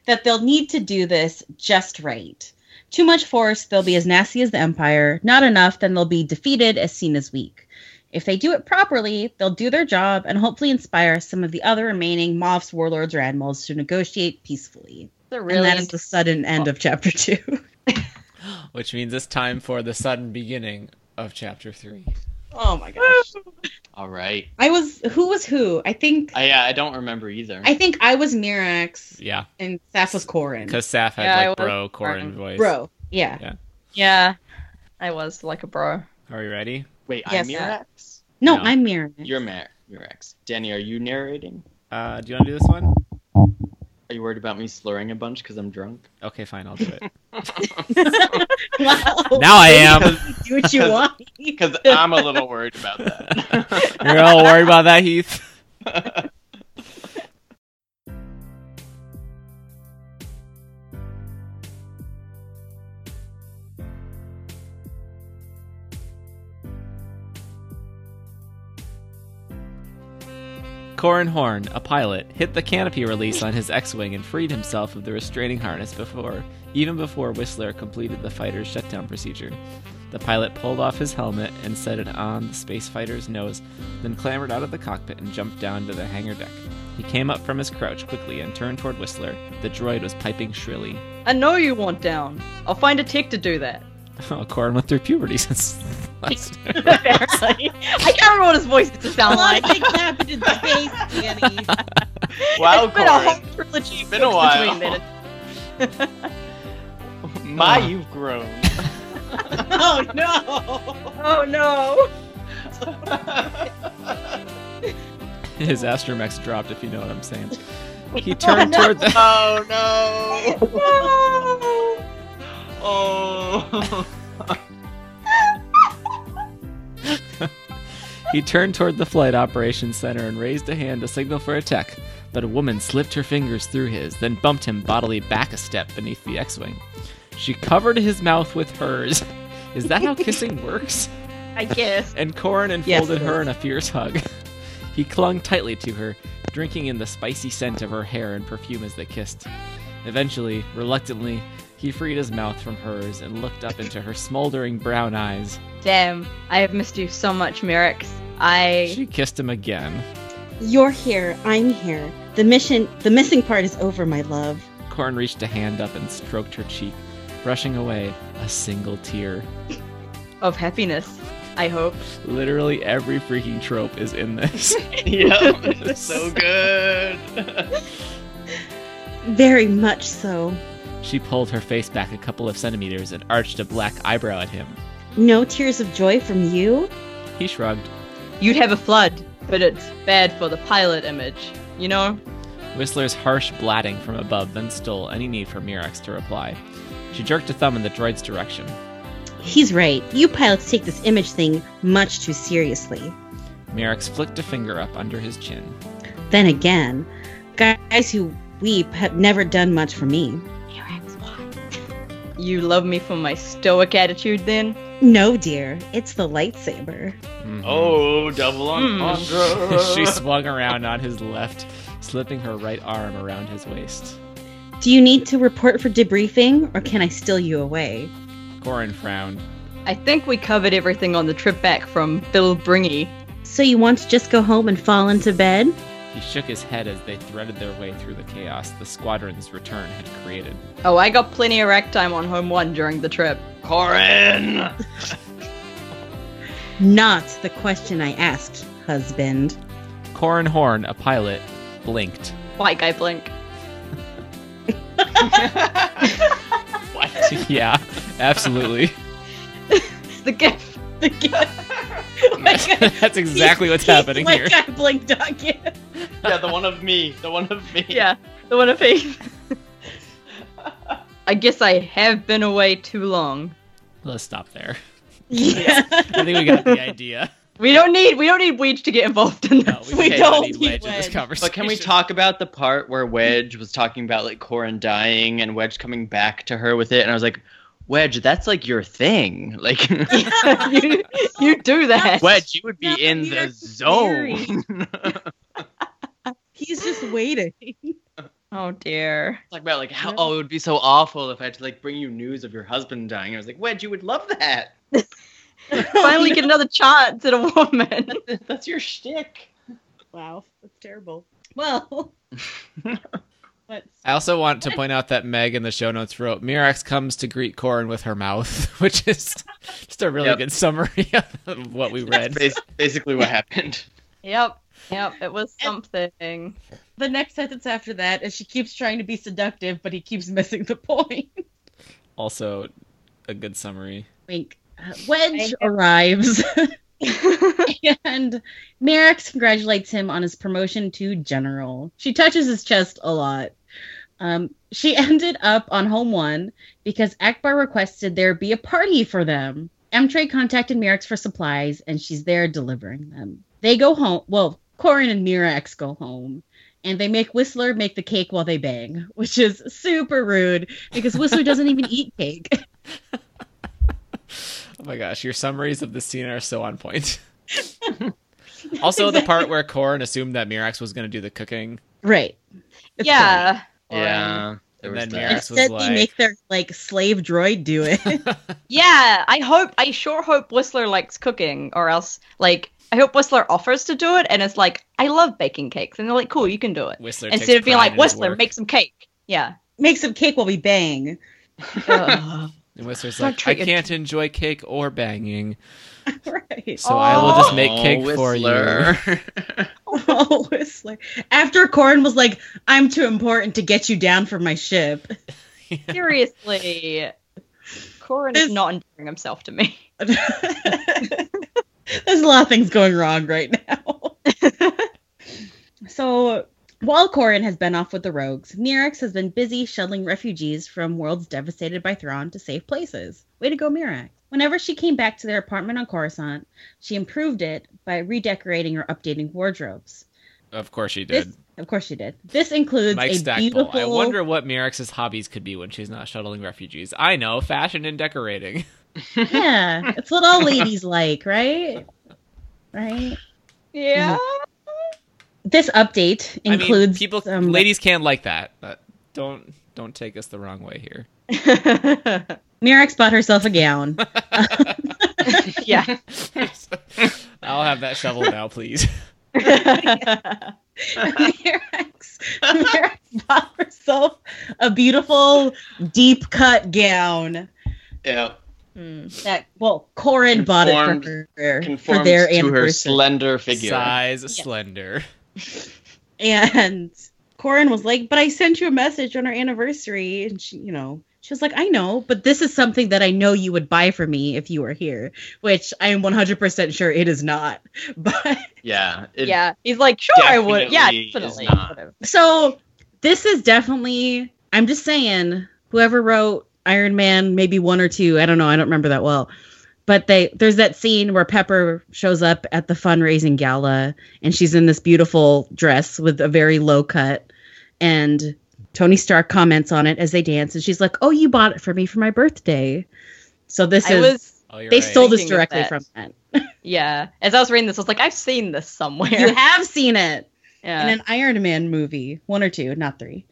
Speaker 1: that they'll need to do this just right. Too much force, they'll be as nasty as the Empire. Not enough, then they'll be defeated as seen as weak. If they do it properly, they'll do their job and hopefully inspire some of the other remaining Moffs, Warlords, or Admirals to negotiate peacefully.
Speaker 2: They're
Speaker 1: and
Speaker 2: really
Speaker 1: that is the sudden end of chapter two.
Speaker 3: Which means it's time for the sudden beginning of chapter three.
Speaker 1: Oh my
Speaker 4: All right.
Speaker 1: I was who was who? I think
Speaker 4: I, Uh, yeah, I don't remember either.
Speaker 1: I think I was Mirax
Speaker 3: Yeah,
Speaker 1: and Saf was Corin.
Speaker 3: because Saf had
Speaker 2: Yeah, I
Speaker 3: like
Speaker 2: was
Speaker 3: bro, Corin
Speaker 2: starting.
Speaker 3: voice.
Speaker 1: Bro. Yeah.
Speaker 2: yeah. I was like a bro.
Speaker 3: Are we ready?
Speaker 4: Wait,
Speaker 1: Yes.
Speaker 4: I'm
Speaker 2: uh,
Speaker 4: Mirax?
Speaker 1: No,
Speaker 3: No.
Speaker 1: I'm Mirax.
Speaker 4: You're Mir- Mirax. Danny, are you narrating?
Speaker 3: Uh, do you want to do this one?
Speaker 4: Are you worried about me slurring a bunch because I'm drunk?
Speaker 3: Okay, fine, I'll do it.
Speaker 1: Wow.
Speaker 3: now I am.
Speaker 1: do what you want.
Speaker 4: Because I'm a little worried about that.
Speaker 3: You're all worried about that, Heath. Corin Horn, a pilot, hit the canopy release on his X-wing and freed himself of the restraining harness before, even before Whistler completed the fighter's shutdown procedure. The pilot pulled off his helmet and set it on the space fighter's nose, then clambered out of the cockpit and jumped down to the hangar deck. He came up from his crouch quickly and turned toward Whistler. The droid was piping shrilly.
Speaker 2: I know you want down. I'll find a tech to do that.
Speaker 3: Oh, Corin went through puberty since last time.
Speaker 2: Apparently. I can't remember what his voice used to
Speaker 1: A
Speaker 2: sound
Speaker 1: lot
Speaker 2: like.
Speaker 1: of things happened in space, Danny.
Speaker 4: wow,
Speaker 2: it's been a whole
Speaker 4: Corin.
Speaker 2: trilogy
Speaker 4: It's
Speaker 2: of
Speaker 4: been a
Speaker 2: books
Speaker 4: while.
Speaker 2: between that.
Speaker 4: My, you've grown.
Speaker 1: Oh no.
Speaker 2: Oh no.
Speaker 3: His astromech's dropped, if you know what I'm saying. He turned toward the
Speaker 4: oh no!
Speaker 2: No.
Speaker 4: Oh.
Speaker 3: He turned toward the flight operations center and raised a hand to signal for attack, but a woman slipped her fingers through his, then bumped him bodily back a step beneath the X Wing. She covered his mouth with hers. Is that how kissing works?
Speaker 2: I guess.
Speaker 3: And Corin
Speaker 1: Yes,
Speaker 3: enfolded
Speaker 1: it
Speaker 3: her in a fierce hug. He clung tightly to her, drinking in the spicy scent of her hair and perfume as they kissed. Eventually, reluctantly, he freed his mouth from hers and looked up into her smoldering brown eyes.
Speaker 2: Damn. I have missed you so much, Merrick. I.
Speaker 3: She kissed him again.
Speaker 1: You're here. I'm here. The mission. The missing part is over, my love.
Speaker 3: Corn reached a hand up and stroked her cheek, brushing away a single tear.
Speaker 2: of happiness. I hope.
Speaker 3: Literally every freaking trope is in this.
Speaker 4: yep. It's so good.
Speaker 1: Very much so.
Speaker 3: she pulled her face back a couple of centimeters and arched a black eyebrow at him.
Speaker 1: No tears of joy from you.
Speaker 3: He shrugged.
Speaker 2: You'd have a flood, but it's bad for the pilot image. You know?
Speaker 3: Whistler's harsh blatting from above then stole any need for Mirax to reply. She jerked a thumb in the droid's direction.
Speaker 1: He's right. You pilots take this image thing much too seriously.
Speaker 3: Mirax flicked a finger up under his chin.
Speaker 1: Then again, guys who weep have never done much for me.
Speaker 2: You love me for my stoic attitude then?
Speaker 1: No, dear. It's the lightsaber.
Speaker 3: Mhm.
Speaker 4: Oh, double
Speaker 2: Hmm.
Speaker 4: entendre.
Speaker 3: she swung around on his left, slipping her right arm around his waist.
Speaker 1: Do you need to report for debriefing, or can I steal you away?
Speaker 3: Corin frowned.
Speaker 2: I think we covered everything on the trip back from Bill Bringy.
Speaker 1: So you want to just go home and fall into bed?
Speaker 3: He shook his head as they threaded their way through the chaos the squadron's return had created.
Speaker 2: Oh, I got plenty of rack time on home one during the trip.
Speaker 4: Corin!
Speaker 1: Not the question I asked, husband.
Speaker 3: Corin Horn, a pilot, blinked.
Speaker 2: White guy blink.
Speaker 4: what?
Speaker 3: yeah, absolutely.
Speaker 2: The gift. The
Speaker 1: uh,
Speaker 2: gift.
Speaker 3: That's exactly what's happening
Speaker 1: like
Speaker 3: here.
Speaker 1: I blinked again.
Speaker 4: Yeah, the one of me. The one of me.
Speaker 2: yeah, the one of faith. I guess I have been away too long.
Speaker 3: Let's stop there.
Speaker 1: Yeah.
Speaker 3: I think we got the idea.
Speaker 2: We don't need we don't need Weege to get involved in
Speaker 3: No,
Speaker 2: this.
Speaker 1: We
Speaker 3: don't
Speaker 1: don't
Speaker 3: need
Speaker 1: need
Speaker 3: Wedge in this
Speaker 1: Wedge.
Speaker 3: conversation.
Speaker 4: But can we talk about the part where Wedge was talking about like Corin dying and Wedge coming back to her with it? And I was like, Wedge, that's like your thing. Like,
Speaker 2: you, you do that.
Speaker 4: Wedge, you would be
Speaker 1: No,
Speaker 4: in
Speaker 1: we are
Speaker 4: the zone.
Speaker 1: He's just waiting.
Speaker 2: Oh dear.
Speaker 4: Talk about like how oh it would be so awful if I had to like bring you news of your husband dying. I was like, Wedge, you would love that.
Speaker 2: Finally get another chance at a woman.
Speaker 4: That's your shtick.
Speaker 1: Wow, that's terrible. Well, let's.
Speaker 3: I also want to point out that Meg in the show notes wrote Mirax comes to greet Corin with her mouth, which is just a really
Speaker 4: Yep.
Speaker 3: good summary of what we read.
Speaker 4: Bas- basically what happened.
Speaker 2: Yep. Yep. It was something.
Speaker 1: The next sentence after that is she keeps trying to be seductive, but he keeps missing the point.
Speaker 3: Also, a good summary.
Speaker 1: Wink. Uh, Wedge arrives, and Merrick congratulates him on his promotion to general. She touches his chest a lot. Um, she ended up on home one because Akbar requested there be a party for them. Amtray contacted Mirax for supplies, and she's there delivering them. They go home. Well, Corin and Mirax go home, and they make Whistler make the cake while they bang, which is super rude because Whistler doesn't even eat cake.
Speaker 3: Oh my gosh, your summaries of the scene are so on point. also, the part where Corin assumed that Mirax was going to do the cooking,
Speaker 1: Right. It's funny.
Speaker 2: yeah.
Speaker 4: yeah.
Speaker 1: um,
Speaker 4: there
Speaker 3: and
Speaker 4: was
Speaker 3: then
Speaker 4: that.
Speaker 3: Mirax was
Speaker 1: Instead, they
Speaker 3: like,
Speaker 1: make their like slave droid do it.
Speaker 2: Yeah. I hope I sure hope Whistler likes cooking or else like I hope Whistler offers to do it and it's like, I love baking cakes and they're like, Cool, you can do it.
Speaker 3: Whistler
Speaker 2: Instead of being like, Whistler,
Speaker 3: makes.
Speaker 2: make some cake. Yeah.
Speaker 1: Make some cake while we bang.
Speaker 2: Ugh.
Speaker 3: And Whistler's
Speaker 2: Don't
Speaker 3: like, I
Speaker 2: treat your-
Speaker 3: can't enjoy cake or banging,
Speaker 1: right.
Speaker 3: so I will just make
Speaker 4: Oh,
Speaker 3: cake for you.
Speaker 4: Whistler.
Speaker 1: Oh, Whistler. After Corin was like, I'm too important to get you down from my ship.
Speaker 2: Seriously. Corin
Speaker 1: This-
Speaker 2: is not endearing himself to me.
Speaker 1: There's a lot of things going wrong right now. so while Corin has been off with the rogues, Mirax has been busy shuttling refugees from worlds devastated by Thrawn to safe places. Way to go, Mirax. Whenever she came back to their apartment on Coruscant, she improved it by redecorating or updating wardrobes.
Speaker 3: Of course she
Speaker 1: This-
Speaker 3: did.
Speaker 1: Of course she did. This includes
Speaker 3: Mike
Speaker 1: a
Speaker 3: Stackpole.
Speaker 1: beautiful
Speaker 3: I wonder what Mirax's hobbies could be when she's not shuttling refugees. I know, fashion and decorating.
Speaker 1: Yeah, it's what all ladies like, right? Right?
Speaker 2: Yeah.
Speaker 1: This update includes
Speaker 3: I mean, people,
Speaker 1: some-
Speaker 3: ladies can like that. But don't don't take us the wrong way here.
Speaker 1: Mirex bought herself a gown.
Speaker 2: yeah.
Speaker 3: I'll have that shovel now, please.
Speaker 1: Mirex, Mirex bought herself a beautiful deep cut gown
Speaker 4: yeah.
Speaker 2: Hmm.
Speaker 1: that well Corin bought it
Speaker 4: Conformed-
Speaker 1: for her for
Speaker 4: Conforms
Speaker 1: their
Speaker 4: to her
Speaker 1: anniversary.
Speaker 4: slender figure.
Speaker 3: Size slender.
Speaker 1: and Corin was like, "But I sent you a message on our anniversary," and she, you know, she was like, "I know, but this is something that I know you would buy for me if you were here," which I am 100% sure it is not. But
Speaker 4: Yeah. it-
Speaker 2: yeah. He's like, sure, I would. Yeah,
Speaker 4: definitely is
Speaker 2: definitely.
Speaker 4: not.
Speaker 2: Whatever.
Speaker 1: So this is definitely. I'm just saying, whoever wrote Iron Man, maybe one or two. I don't know. I don't remember that well. But they there's that scene where Pepper shows up at the fundraising gala, and she's in this beautiful dress with a very low cut, and Tony Stark comments on it as they dance, and she's like, "Oh, you bought it for me for my birthday." So this
Speaker 2: I
Speaker 1: is
Speaker 2: was,
Speaker 3: Oh, you're
Speaker 1: they
Speaker 3: right.
Speaker 1: stole this
Speaker 2: Thinking of
Speaker 1: directly
Speaker 2: that.
Speaker 1: from that.
Speaker 2: yeah. As I was reading this, I was like, I've seen this somewhere.
Speaker 1: You have seen it in
Speaker 2: yeah.
Speaker 1: an Iron Man movie, one or two, not three.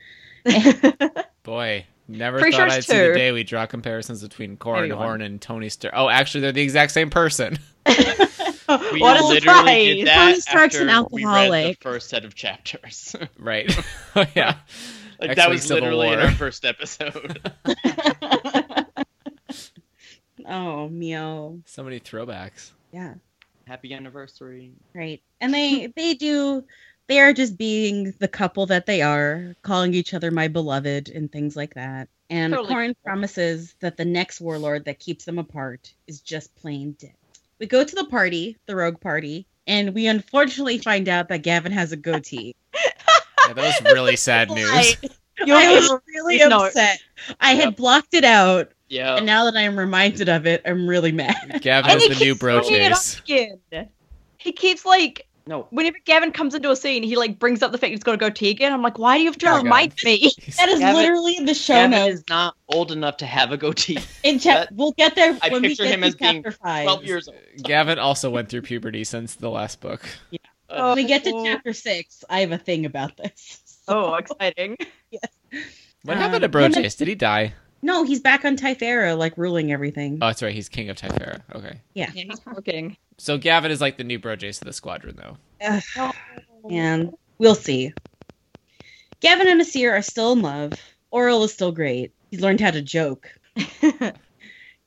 Speaker 3: Boy, never
Speaker 2: Pretty
Speaker 3: thought
Speaker 2: sure
Speaker 3: I'd
Speaker 2: it's
Speaker 3: see the
Speaker 2: two.
Speaker 3: day we draw comparisons between Corin
Speaker 2: Maybe one.
Speaker 3: Horn and Tony Stark. Oh, actually, they're the exact same person.
Speaker 8: We
Speaker 2: What a
Speaker 8: literally
Speaker 2: surprise.
Speaker 8: did that
Speaker 1: Tony Stark's
Speaker 8: after
Speaker 1: an
Speaker 8: we read the
Speaker 1: alcoholic.
Speaker 8: first set of chapters.
Speaker 3: Right. oh, yeah.
Speaker 8: like
Speaker 3: X-Men
Speaker 8: that was
Speaker 3: Civil
Speaker 8: literally in
Speaker 3: War.
Speaker 8: our first episode.
Speaker 1: Oh, meow.
Speaker 3: So many throwbacks.
Speaker 1: Yeah.
Speaker 4: Happy anniversary.
Speaker 1: Right. And they they do they are just being the couple that they are, calling each other my beloved and things like that. And
Speaker 2: Totally.
Speaker 1: Corin promises that the next warlord that keeps them apart is just plain dead. We go to the party, the rogue party, and we unfortunately find out that Gavin has a goatee.
Speaker 3: Yeah, that was really sad news.
Speaker 2: You're
Speaker 1: I was really
Speaker 2: please note.
Speaker 1: upset. I had blocked it out,
Speaker 8: yeah.
Speaker 1: and now that I am reminded of it, I'm really mad.
Speaker 3: Gavin
Speaker 2: And
Speaker 3: has
Speaker 2: he
Speaker 3: the new
Speaker 2: keeps
Speaker 3: bro
Speaker 2: bringing it up
Speaker 3: chase.
Speaker 2: again. He keeps like
Speaker 4: No.
Speaker 2: whenever Gavin comes into a scene, he like brings up the fact he's got to go tea again. I'm like, why do you have to
Speaker 3: Oh my
Speaker 2: remind me?
Speaker 3: He's-
Speaker 1: That is
Speaker 4: Gavin-
Speaker 1: literally in the show
Speaker 4: Gavin
Speaker 1: notes.
Speaker 4: is not old enough to have a goatee.
Speaker 1: In chap-
Speaker 4: That-
Speaker 1: we'll get there
Speaker 4: I
Speaker 1: when we
Speaker 4: picture
Speaker 1: get
Speaker 4: him
Speaker 1: to
Speaker 4: as being
Speaker 1: chapter five.
Speaker 8: Twelve years old.
Speaker 3: Gavin also went through puberty since the last book.
Speaker 8: Oh,
Speaker 1: When we get to
Speaker 2: Oh.
Speaker 1: chapter six, I have a thing about this. So-
Speaker 2: Oh, exciting!
Speaker 3: What
Speaker 1: Um,
Speaker 3: happened to bro
Speaker 1: him and-
Speaker 3: chase? Did he die?
Speaker 1: No, he's back on Typhara, like ruling everything.
Speaker 3: Oh, that's right. He's king of Typhara. Okay.
Speaker 2: Yeah, he's working.
Speaker 3: So Gavin is like the new bro chase of the squadron, though.
Speaker 1: Ugh,
Speaker 2: Oh.
Speaker 1: man, we'll see. Gavin and Asir are still in love. Oral is still great. He's learned how to joke.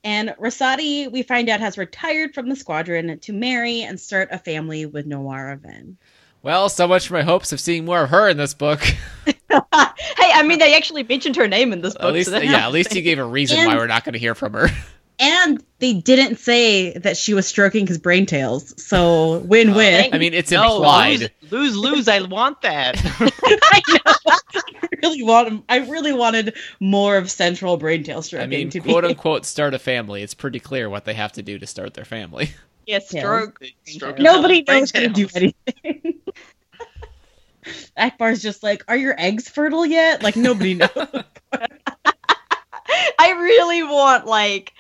Speaker 1: and Rosati, we find out, has retired from the squadron to marry and start a family with Noara Ven.
Speaker 3: Well, so much for my hopes of seeing more of her in this book.
Speaker 2: hey, I mean, they actually mentioned her name in this book.
Speaker 3: at least,
Speaker 2: so that's
Speaker 3: yeah, at least you gave a reason why
Speaker 1: And-
Speaker 3: we're not going to hear from her.
Speaker 1: And they didn't say that she was stroking his brain tails. So win win.
Speaker 3: I mean, it's
Speaker 8: No,
Speaker 3: implied.
Speaker 8: lose, lose, lose. I want that.
Speaker 1: really want I really wanted more of central brain tail
Speaker 3: I
Speaker 1: stroking
Speaker 3: mean,
Speaker 1: to
Speaker 3: quote
Speaker 1: be
Speaker 3: unquote, start a family. It's pretty clear what they have to do to start their family.
Speaker 2: yeah, stroke.
Speaker 8: Stroking
Speaker 1: nobody
Speaker 8: brain
Speaker 1: knows how to do
Speaker 8: cells.
Speaker 1: anything. Akbar's just like, are your eggs fertile yet? Like nobody knows.
Speaker 2: I really want like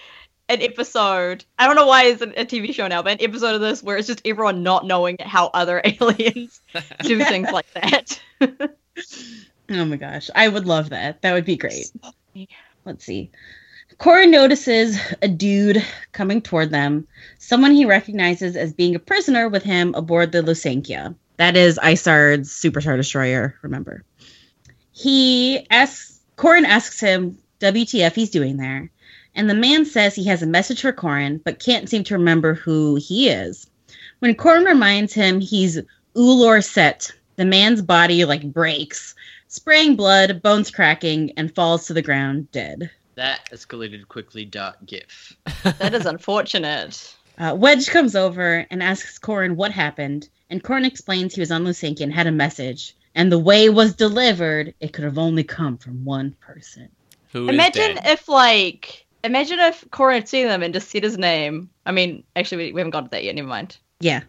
Speaker 2: an episode. I don't know why it's an, a TV show now, but an episode of this where it's just everyone not knowing how other aliens do things like that.
Speaker 1: oh my gosh. I would love that. That would be great.
Speaker 2: funny.
Speaker 1: Let's see. Cora notices a dude coming toward them, someone he recognizes as being a prisoner with him aboard the Lusankia. That is Isard's Superstar Destroyer, remember. He asks Corin asks him WTF he's doing there, and the man says he has a message for Corin, but can't seem to remember who he is. When Corin reminds him he's Ulor Set, the man's body like breaks, spraying blood, bones cracking, and falls to the ground dead.
Speaker 4: That escalated quickly. Dot gif.
Speaker 2: that is unfortunate.
Speaker 1: Uh, Wedge comes over and asks Corin what happened, and Corin explains he was on Lusinkin, and had a message, and the way was delivered, it could have only come from one person.
Speaker 3: Who is
Speaker 2: Imagine
Speaker 3: dead?
Speaker 2: if like imagine if Cora had seen them and just said his name. I mean, actually we, we haven't got to that yet, never mind.
Speaker 1: Yeah,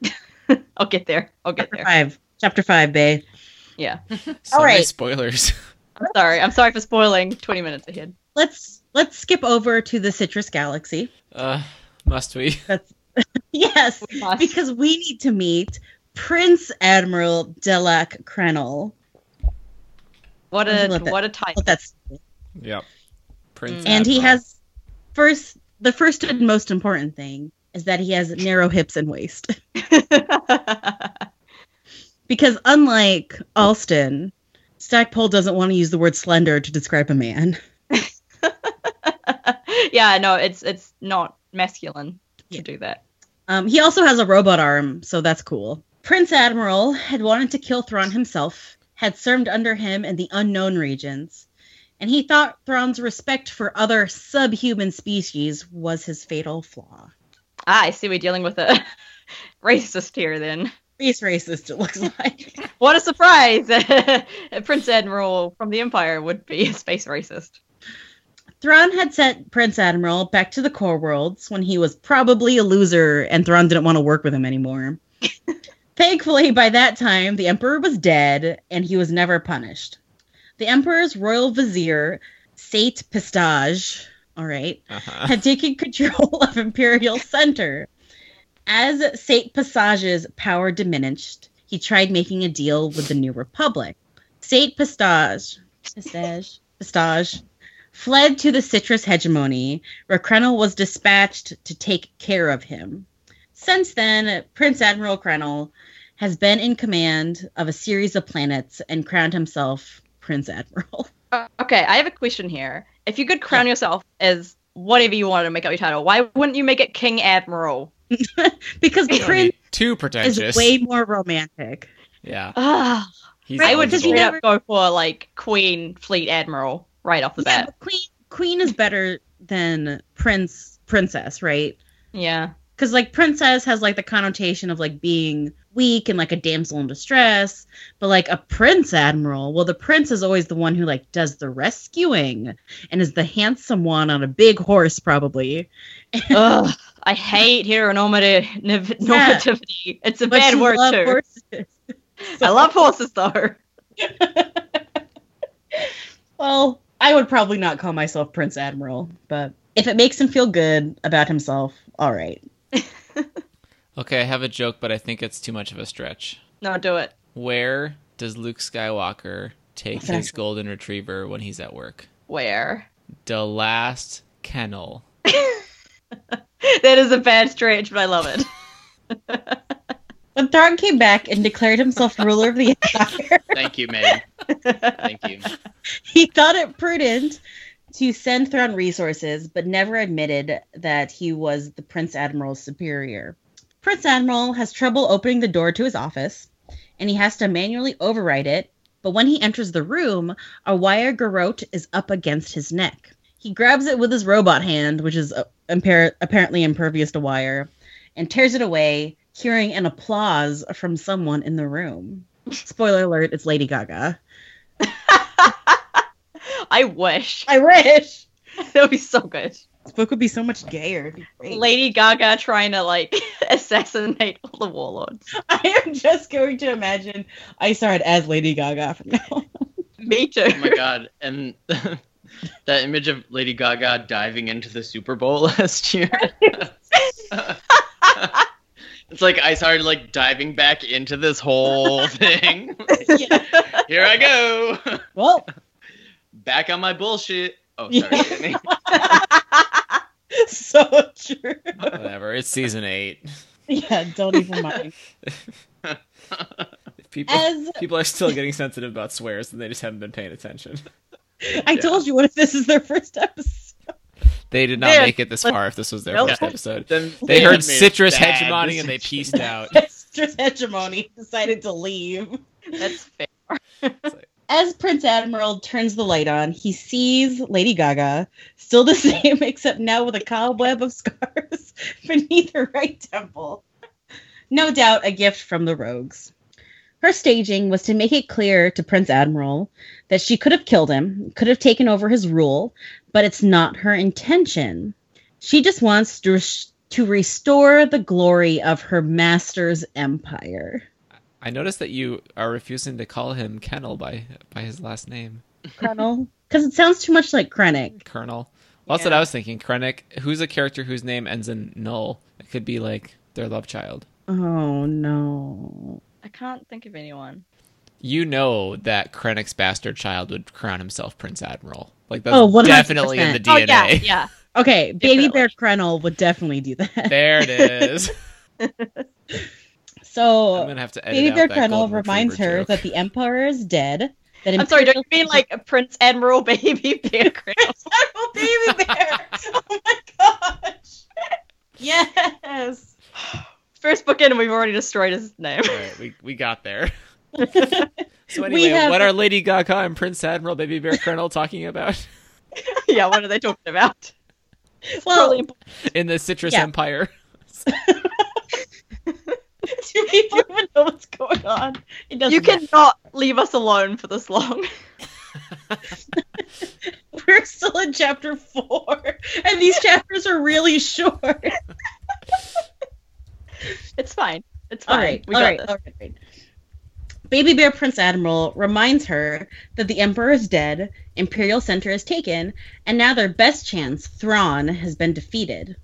Speaker 2: I'll get there. I'll get
Speaker 1: chapter
Speaker 2: there.
Speaker 1: five. Chapter five, babe.
Speaker 3: so many
Speaker 1: alright.
Speaker 3: spoilers.
Speaker 2: I'm sorry. I'm sorry for spoiling twenty minutes ahead.
Speaker 1: Let's let's skip over to the Citrus Galaxy.
Speaker 3: Uh, must we?
Speaker 1: Yes,
Speaker 2: We must.
Speaker 1: because we need to meet Prince Admiral Delac Krenel.
Speaker 2: What
Speaker 1: I
Speaker 2: a
Speaker 1: love that.
Speaker 2: what a title.
Speaker 1: Well, that's
Speaker 3: Yep. Prince.
Speaker 1: and he
Speaker 3: Admiral.
Speaker 1: has first the first and most important thing is that he has narrow hips and waist. Because unlike Alston, Stackpole doesn't want to use the word slender to describe a man.
Speaker 2: yeah, no, it's it's not masculine to
Speaker 1: Yeah.
Speaker 2: do that.
Speaker 1: Um, he also has a robot arm, so that's cool. Prince Admiral had wanted to kill Thrawn himself, had served under him in the unknown regions, and he thought Thrawn's respect for other subhuman species was his fatal flaw.
Speaker 2: Ah, I see we're dealing with a racist here then.
Speaker 1: Space racist, it looks like.
Speaker 2: What a surprise! Prince Admiral from the Empire would be a space racist.
Speaker 1: Thrawn had sent Prince Admiral back to the Core Worlds when he was probably a loser and Thrawn didn't want to work with him anymore. Thankfully, by that time, the Emperor was dead and he was never punished. The Emperor's royal vizier, Sate Pistage, all right,
Speaker 3: Uh-huh.
Speaker 1: had taken control of Imperial Center. As Sate Passage's power diminished, he tried making a deal with the New Republic. Sate Pistage, Pistage, Pistage fled to the citrus hegemony, where Krenel was dispatched to take care of him. Since then, Prince Admiral Krennel has been in command of a series of planets and crowned himself Prince Admiral.
Speaker 2: Uh, okay, I have a question here. If you could crown yourself as whatever you wanted to make up your title, why wouldn't you make it King Admiral?
Speaker 1: because
Speaker 3: You don't
Speaker 1: Prince
Speaker 3: need too
Speaker 1: is
Speaker 3: pretentious.
Speaker 1: way more romantic.
Speaker 3: yeah,
Speaker 2: Ah,
Speaker 3: he's
Speaker 2: I would
Speaker 1: because
Speaker 2: just
Speaker 1: you
Speaker 3: eligible.
Speaker 2: straight up
Speaker 1: never-
Speaker 2: go for like Queen Fleet Admiral right off the
Speaker 1: Yeah,
Speaker 2: bat.
Speaker 1: but Queen Queen is better than Prince Princess, right?
Speaker 2: Yeah.
Speaker 1: because like princess has like the connotation of like being weak and like a damsel in distress but like a prince admiral well the prince is always the one who like does the rescuing and is the handsome one on a big horse probably
Speaker 2: Ugh, I hate heteronormative nav-
Speaker 1: Yeah.
Speaker 2: normativity. It's a
Speaker 1: But
Speaker 2: bad
Speaker 1: you
Speaker 2: word
Speaker 1: love
Speaker 2: too.
Speaker 1: horses.
Speaker 2: I love horses though.
Speaker 1: well i would probably not call myself prince admiral but if it makes him feel good about himself all right
Speaker 3: Okay, I have a joke, but I think it's too much of a stretch.
Speaker 2: No, do it.
Speaker 3: Where does Luke Skywalker take
Speaker 1: Okay.
Speaker 3: his golden retriever when he's at work?
Speaker 2: Where?
Speaker 3: The last kennel.
Speaker 2: That is a bad stretch, but I love it.
Speaker 1: when Thrawn came back and declared himself ruler of the empire
Speaker 8: Thank you, Meg. Thank you. Oh
Speaker 1: he thought it prudent to send Thrawn resources, but never admitted that he was the Prince Admiral's superior. Prince Admiral has trouble opening the door to his office, and he has to manually override it. But when he enters the room, a wire garrote is up against his neck. He grabs it with his robot hand, which is uh, impar- apparently impervious to wire, and tears it away, hearing an applause from someone in the room. Spoiler alert, it's Lady Gaga.
Speaker 2: I wish.
Speaker 1: I wish.
Speaker 2: That would be so good.
Speaker 1: This book would be so much gayer. It'd be great.
Speaker 2: Lady Gaga trying to like assassinate all the warlords.
Speaker 1: I am just going to imagine Isard as Lady Gaga from now. on.
Speaker 2: Me too.
Speaker 8: Oh my god! And that image of Lady Gaga diving into the Super Bowl last year. it's like I started like diving back into this whole thing.
Speaker 1: Yeah.
Speaker 8: Here I go,
Speaker 1: Well,
Speaker 8: back on my bullshit. Oh, sorry.
Speaker 1: Yeah.
Speaker 8: Danny.
Speaker 1: so true.
Speaker 3: Whatever. It's season eight.
Speaker 1: Yeah, don't even mind.
Speaker 3: People
Speaker 1: As
Speaker 3: people are still getting sensitive about swears, and they just haven't been paying attention.
Speaker 1: I told you, what if this is their first episode?
Speaker 3: They did not
Speaker 2: They're-
Speaker 3: make it this far. If this was their
Speaker 2: Nope.
Speaker 3: first episode,
Speaker 8: Then
Speaker 3: they
Speaker 8: had
Speaker 3: heard
Speaker 8: made a
Speaker 3: citrus
Speaker 8: bad
Speaker 3: hegemony and they
Speaker 8: decision.
Speaker 3: pieced out.
Speaker 1: Mistress Hegemony decided to leave.
Speaker 2: That's fair.
Speaker 1: As Prince Admiral turns the light on, he sees Lady Gaga, still the same, except now with a cobweb of scars beneath her right temple. No doubt a gift from the rogues. Her staging was to make it clear to Prince Admiral that she could have killed him, could have taken over his rule, but it's not her intention. She just wants to, res- to restore the glory of her master's empire.
Speaker 3: I noticed that you are refusing to call him Kennel by by his last name,
Speaker 1: Colonel? Because it sounds too much like Krennic.
Speaker 3: Colonel. Well, that's what
Speaker 2: Yeah.
Speaker 3: I was thinking. Krennic, who's a character whose name ends in null. It could be like their love child.
Speaker 1: Oh no.
Speaker 2: I can't think of anyone.
Speaker 3: You know that Krennic's bastard child would crown himself Prince Admiral. Like that's
Speaker 1: Oh, 100%.
Speaker 3: definitely in the
Speaker 1: Oh,
Speaker 2: Oh
Speaker 3: DNA.
Speaker 2: yeah, yeah.
Speaker 1: Okay, Baby
Speaker 2: Definitely.
Speaker 1: Bear Krennel would definitely do that.
Speaker 3: There it is. I'm
Speaker 1: So
Speaker 3: gonna have to edit
Speaker 1: Baby
Speaker 3: out
Speaker 1: Bear
Speaker 3: that
Speaker 1: Krennel
Speaker 3: golden
Speaker 1: reminds
Speaker 3: retriever
Speaker 1: her
Speaker 3: joke.
Speaker 1: that the Emperor is dead. That
Speaker 2: I'm sorry, don't
Speaker 1: Imperial-
Speaker 2: you mean like a Prince Admiral baby bear Grylls?
Speaker 1: Oh, Baby Bear! oh my gosh! Yes!
Speaker 2: First book in and we've already destroyed his name.
Speaker 3: All right, we we got there. so
Speaker 1: We
Speaker 3: anyway,
Speaker 1: have-
Speaker 3: what are Lady Gaga and Prince Admiral Baby Bear Colonel talking about
Speaker 2: yeah, what are they talking about?
Speaker 1: Well,
Speaker 2: Probably
Speaker 3: in the Citrus
Speaker 1: Yeah.
Speaker 3: Empire?
Speaker 1: do people even know what's going on? It doesn't
Speaker 2: you cannot leave us alone for this long.
Speaker 1: matter. We're still in chapter four, and these chapters are really short.
Speaker 2: It's fine. It's
Speaker 1: All
Speaker 2: fine.
Speaker 1: right,
Speaker 2: we
Speaker 1: all
Speaker 2: got
Speaker 1: right,
Speaker 2: this.
Speaker 1: all right, right. Baby Bear Prince Admiral reminds her that the Emperor is dead, Imperial Center is taken, and now their best chance, Thrawn, has been defeated.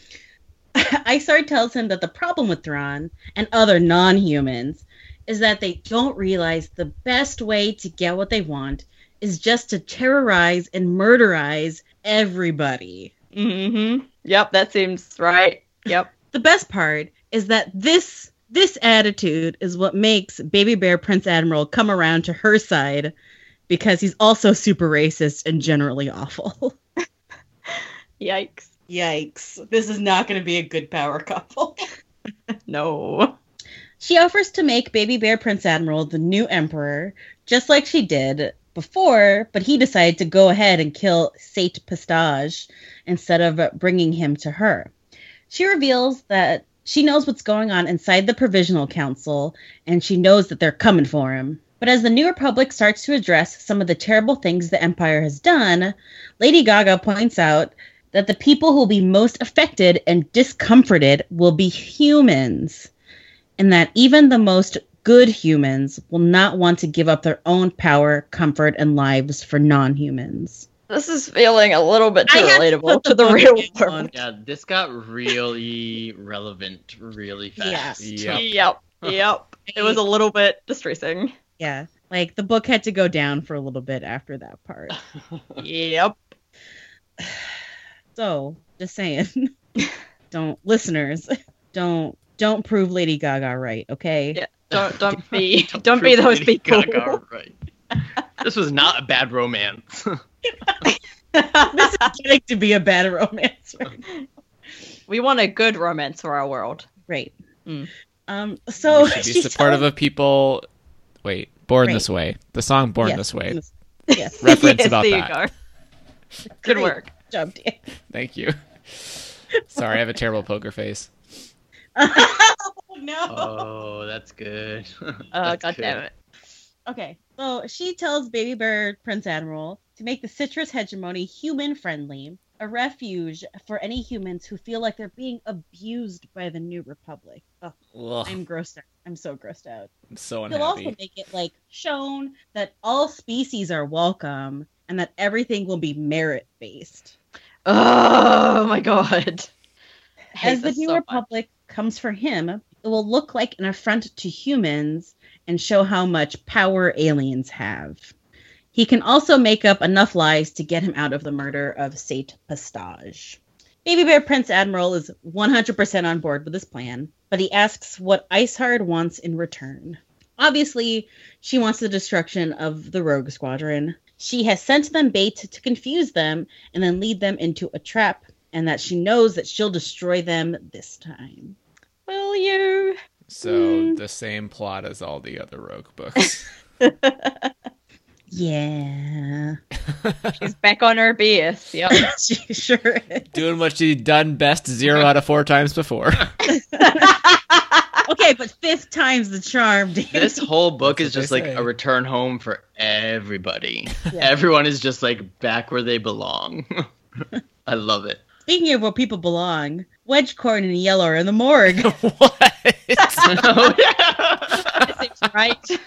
Speaker 1: Isard tells him that the problem with Thrawn and other non humans is that they don't realize the best way to get what they want is just to terrorize and murderize everybody.
Speaker 2: Mm-hmm. Yep, that seems right. Yep.
Speaker 1: The best part is that this this attitude is what makes Baby Bear Prince Admiral come around to her side because he's also super racist and generally awful.
Speaker 2: Yikes.
Speaker 1: Yikes. This is not going to be a good power couple.
Speaker 2: No.
Speaker 1: She offers to make Baby Bear Prince Admiral the new emperor, just like she did before, but he decided to go ahead and kill Sate Pistage instead of bringing him to her. She reveals that she knows what's going on inside the Provisional Council, and she knows that they're coming for him. But as the New Republic starts to address some of the terrible things the Empire has done, Lady Gaga points out that the people who will be most affected and discomforted will be humans, and that even the most good humans will not want to give up their own power, comfort, and lives for non humans.
Speaker 2: This is feeling a little bit too
Speaker 1: I had to
Speaker 2: relatable
Speaker 1: put
Speaker 2: to,
Speaker 1: the
Speaker 2: the
Speaker 1: book
Speaker 2: real
Speaker 1: down.
Speaker 2: world.
Speaker 8: Yeah, this got really relevant really fast.
Speaker 3: Yeah.
Speaker 2: Yep. Yep. It was a little bit distressing.
Speaker 1: Yeah. Like the book had to go down for a little bit after that part.
Speaker 2: Yep.
Speaker 1: So, just saying. don't listeners, don't don't prove Lady Gaga right, okay?
Speaker 2: Yeah. Don't don't be don't be
Speaker 8: Prove
Speaker 2: those
Speaker 8: Lady
Speaker 2: people.
Speaker 8: Gaga right. this was not a bad romance.
Speaker 1: This is getting to be a bad romance. Right.
Speaker 2: we want a good romance for our world.
Speaker 1: Right.
Speaker 2: Mm.
Speaker 1: Um so
Speaker 3: we should be
Speaker 1: she
Speaker 3: supportive of people. Wait, born
Speaker 1: Right.
Speaker 3: this way. The song "Born
Speaker 1: Yes.
Speaker 3: This Way."
Speaker 1: tells- Yes.
Speaker 3: Reference
Speaker 2: yes,
Speaker 3: about
Speaker 2: there
Speaker 3: that.
Speaker 2: you go. Good
Speaker 1: Great.
Speaker 2: work.
Speaker 1: Good job, Dan.
Speaker 3: Thank you. Sorry, I have a terrible poker face.
Speaker 1: oh no.
Speaker 8: oh, that's good.
Speaker 2: Oh god damn it.
Speaker 1: Okay. So she tells Baby Bear Prince Admiral to make the citrus hegemony human friendly, a refuge for any humans who feel like they're being abused by the new republic. Oh,
Speaker 3: Ugh,
Speaker 1: I'm
Speaker 3: I'm
Speaker 1: grossed out. I'm so grossed out.
Speaker 3: so
Speaker 1: He'll also
Speaker 3: unhappy.
Speaker 1: make it like shown that all species are welcome and that everything will be merit based.
Speaker 2: Oh my god. I hate
Speaker 1: As the
Speaker 2: this
Speaker 1: new
Speaker 2: so much.
Speaker 1: republic comes for him, it will look like an affront to humans and show how much power aliens have. He can also make up enough lies to get him out of the murder of Sate Pastage. Baby Bear Prince Admiral is 100% on board with this plan, but he asks what Icehard wants in return. Obviously, she wants the destruction of the Rogue Squadron. She has sent them bait to confuse them and then lead them into a trap, and that she knows that she'll destroy them this time.
Speaker 2: Will you?
Speaker 3: So the same plot as all the other Rogue books.
Speaker 1: Yeah.
Speaker 2: She's back on her BS. Yep.
Speaker 1: she sure is.
Speaker 3: Doing what she done best zero out of four times before.
Speaker 1: Okay, but fifth time's the charm, Dan.
Speaker 8: This whole book
Speaker 3: That's
Speaker 8: is
Speaker 3: what
Speaker 8: just
Speaker 3: they
Speaker 8: like
Speaker 3: say.
Speaker 8: a return home for everybody.
Speaker 1: Yeah.
Speaker 8: Everyone is just like back where they belong. I love it.
Speaker 1: Speaking of where people belong, Wedgecorn and Yellow are in the morgue.
Speaker 3: what?
Speaker 8: oh, yeah.
Speaker 2: That seems right.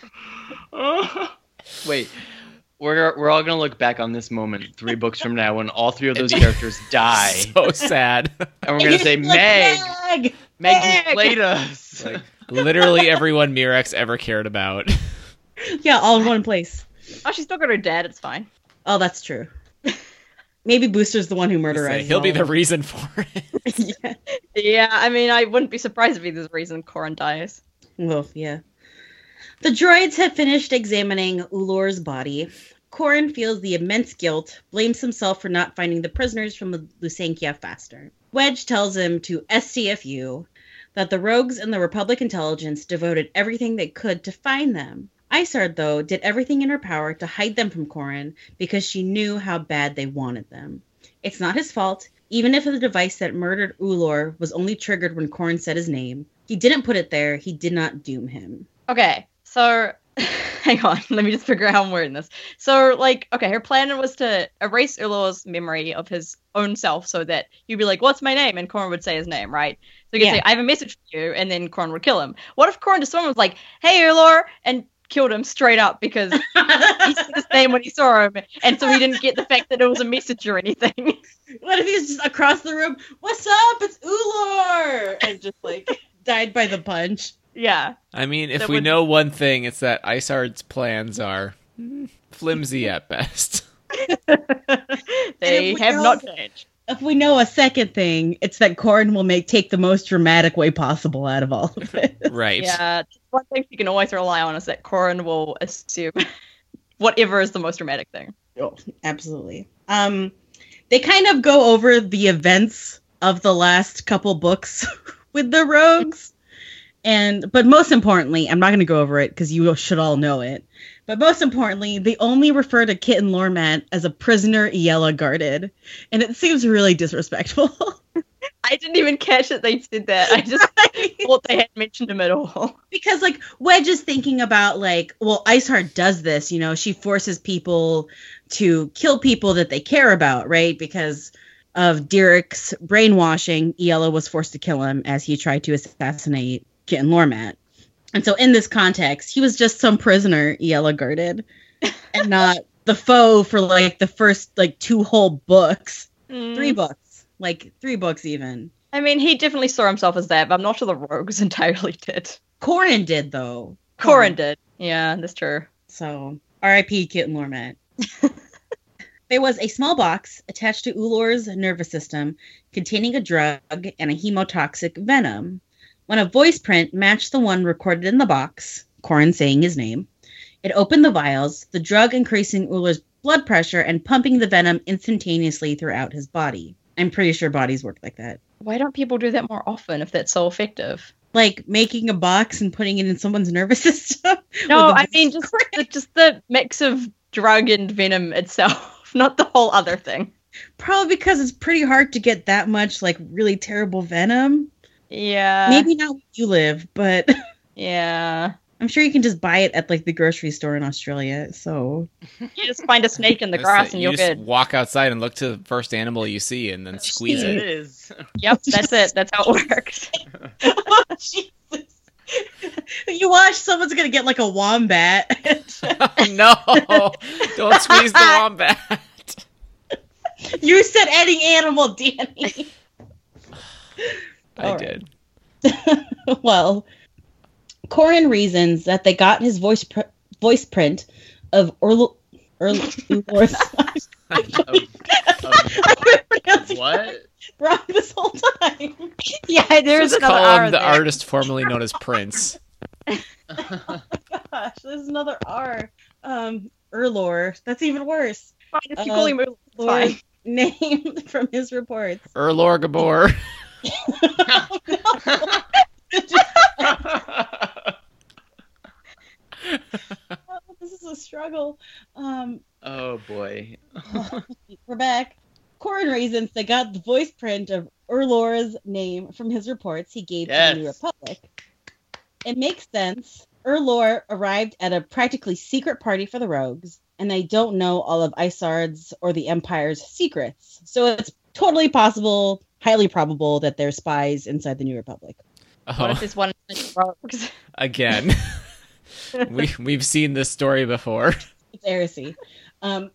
Speaker 8: Wait, we're we're all gonna look back on this moment three books from now when all three of those characters die,
Speaker 3: so sad.
Speaker 8: and we're gonna say Meg,
Speaker 1: Meg!
Speaker 8: Meg just
Speaker 2: Meg!"
Speaker 8: played us.
Speaker 3: Like literally everyone Mirex ever cared about.
Speaker 1: Yeah, all in one place.
Speaker 2: Oh, she's still got her dad. It's fine.
Speaker 1: Oh, that's true. Maybe Booster's the one who
Speaker 3: Say,
Speaker 1: murderized.
Speaker 3: He'll be the reason for it.
Speaker 1: yeah.
Speaker 2: Yeah, I mean, I wouldn't be surprised if he- there's a reason Corin dies.
Speaker 1: Well, yeah. The droids have finished examining Ulor's body. Corin feels the immense guilt, blames himself for not finding the prisoners from the Lusankia faster. Wedge tells him to SCFU that the rogues and the Republic intelligence devoted everything they could to find them. Isard, though, did everything in her power to hide them from Corin because she knew how bad they wanted them. It's not his fault, even if the device that murdered Ulor was only triggered when Korn said his name. He didn't put it there, he did not doom him.
Speaker 2: Okay, so hang on, let me just figure out how I'm wording this. So, like, okay, her plan was to erase Ulor's memory of his own self so that you'd be like, What's my name? And Corin would say his name, right? So you could
Speaker 1: Yeah.
Speaker 2: say, I have a message for you, and then Corin would kill him. What if Corin just someone was like, Hey, Ulor, and killed him straight up because he said his name when he saw him, and so he didn't get the fact that it was a message or anything?
Speaker 1: what if he's just across the room? What's up? It's Ulor! And just like died by the punch.
Speaker 2: yeah.
Speaker 3: I mean, if
Speaker 2: That
Speaker 3: we
Speaker 2: would-
Speaker 3: know one thing, it's that Isard's plans are flimsy at best.
Speaker 2: they
Speaker 1: we
Speaker 2: have
Speaker 1: know
Speaker 2: not
Speaker 1: that-
Speaker 2: changed.
Speaker 1: if we know a second thing, it's that Corin will make take the most dramatic way possible out of all of it.
Speaker 3: Right.
Speaker 2: Yeah, one thing you can always rely on is that Corin will assume whatever is the most dramatic thing.
Speaker 1: Absolutely. Um, they kind of go over the events of the last couple books with the rogues, and but most importantly, I'm not going to go over it because you should all know it. But most importantly, they only refer to Kit and Lormat as a prisoner Iella guarded, and it seems really disrespectful.
Speaker 2: I didn't even catch that they said that. I just thought they hadn't mentioned him at all.
Speaker 1: because like Wedge is thinking about like, well, Iceheart does this, you know, she forces people to kill people that they care about, right? Because of Derek's brainwashing, Iella was forced to kill him as he tried to assassinate Kit and Lormat. And so in this context, he was just some prisoner Iella guarded and not the foe for like the first like two whole books.
Speaker 2: Mm.
Speaker 1: Three books. Like three books even.
Speaker 2: I mean, he definitely saw himself as that, but I'm not sure the rogues entirely did.
Speaker 1: Corin did though.
Speaker 2: Corin did. Yeah, that's true.
Speaker 1: So, RIP Kit and Lormet. there was a small box attached to Ulor's nervous system containing a drug and a hemotoxic venom. When a voice print matched the one recorded in the box, Corin saying his name, it opened the vials, the drug increasing Ulor's blood pressure and pumping the venom instantaneously throughout his body. I'm pretty sure bodies work like that.
Speaker 2: Why don't people do that more often if that's so effective?
Speaker 1: Like making a box and putting it in someone's nervous system.
Speaker 2: No,
Speaker 1: With a
Speaker 2: I mean just the, just the mix of drug and venom itself, not the whole other thing.
Speaker 1: Probably because it's pretty hard to get that much like really terrible venom.
Speaker 2: Yeah.
Speaker 1: Maybe not where you live, but
Speaker 2: Yeah.
Speaker 1: I'm sure you can just buy it at like the grocery store in Australia. So
Speaker 2: You just find a snake in the
Speaker 3: That's
Speaker 2: grass
Speaker 3: it.
Speaker 2: and
Speaker 3: you
Speaker 2: you're
Speaker 3: just
Speaker 2: good.
Speaker 3: walk outside and look to the first animal you see and then squeeze
Speaker 8: It
Speaker 3: it.
Speaker 8: is.
Speaker 2: Yep, that's it. That's how it works.
Speaker 1: Jesus. you watch someone's gonna get like a wombat.
Speaker 3: no! Don't squeeze the wombat.
Speaker 1: you said any animal, Danny.
Speaker 3: I
Speaker 1: All
Speaker 3: did.
Speaker 1: well, Corin reasons that they got his voice pr- voice print of Url. Url- oh,
Speaker 8: what?
Speaker 1: wrong this whole time.
Speaker 2: yeah, there's
Speaker 3: Just
Speaker 2: another
Speaker 3: call
Speaker 2: R
Speaker 3: him the
Speaker 2: there.
Speaker 3: artist formerly known as Prince.
Speaker 1: Gosh, there's another R. Um, Erlor. That's even worse.
Speaker 2: Fine, if you
Speaker 1: Uh,
Speaker 2: call him Ulu, it's
Speaker 1: Lord
Speaker 2: fine.
Speaker 1: name from his reports.
Speaker 3: Erlor Gabor.
Speaker 1: Oh, this is a struggle. Um,
Speaker 8: oh boy.
Speaker 1: we're back. Corin reasons they got the voice print of Erlor's name from his reports he gave to the New
Speaker 8: Yes.
Speaker 1: Republic. It makes sense. Erlor arrived at a practically secret party for the Rogues, and they don't know all of Isard's or the Empire's secrets. So it's totally possible, highly probable, that there's spies inside the New Republic.
Speaker 2: What if
Speaker 3: Oh,
Speaker 2: there's one in the rocks?
Speaker 3: again. we we've seen this story before.
Speaker 1: It's heresy. Um,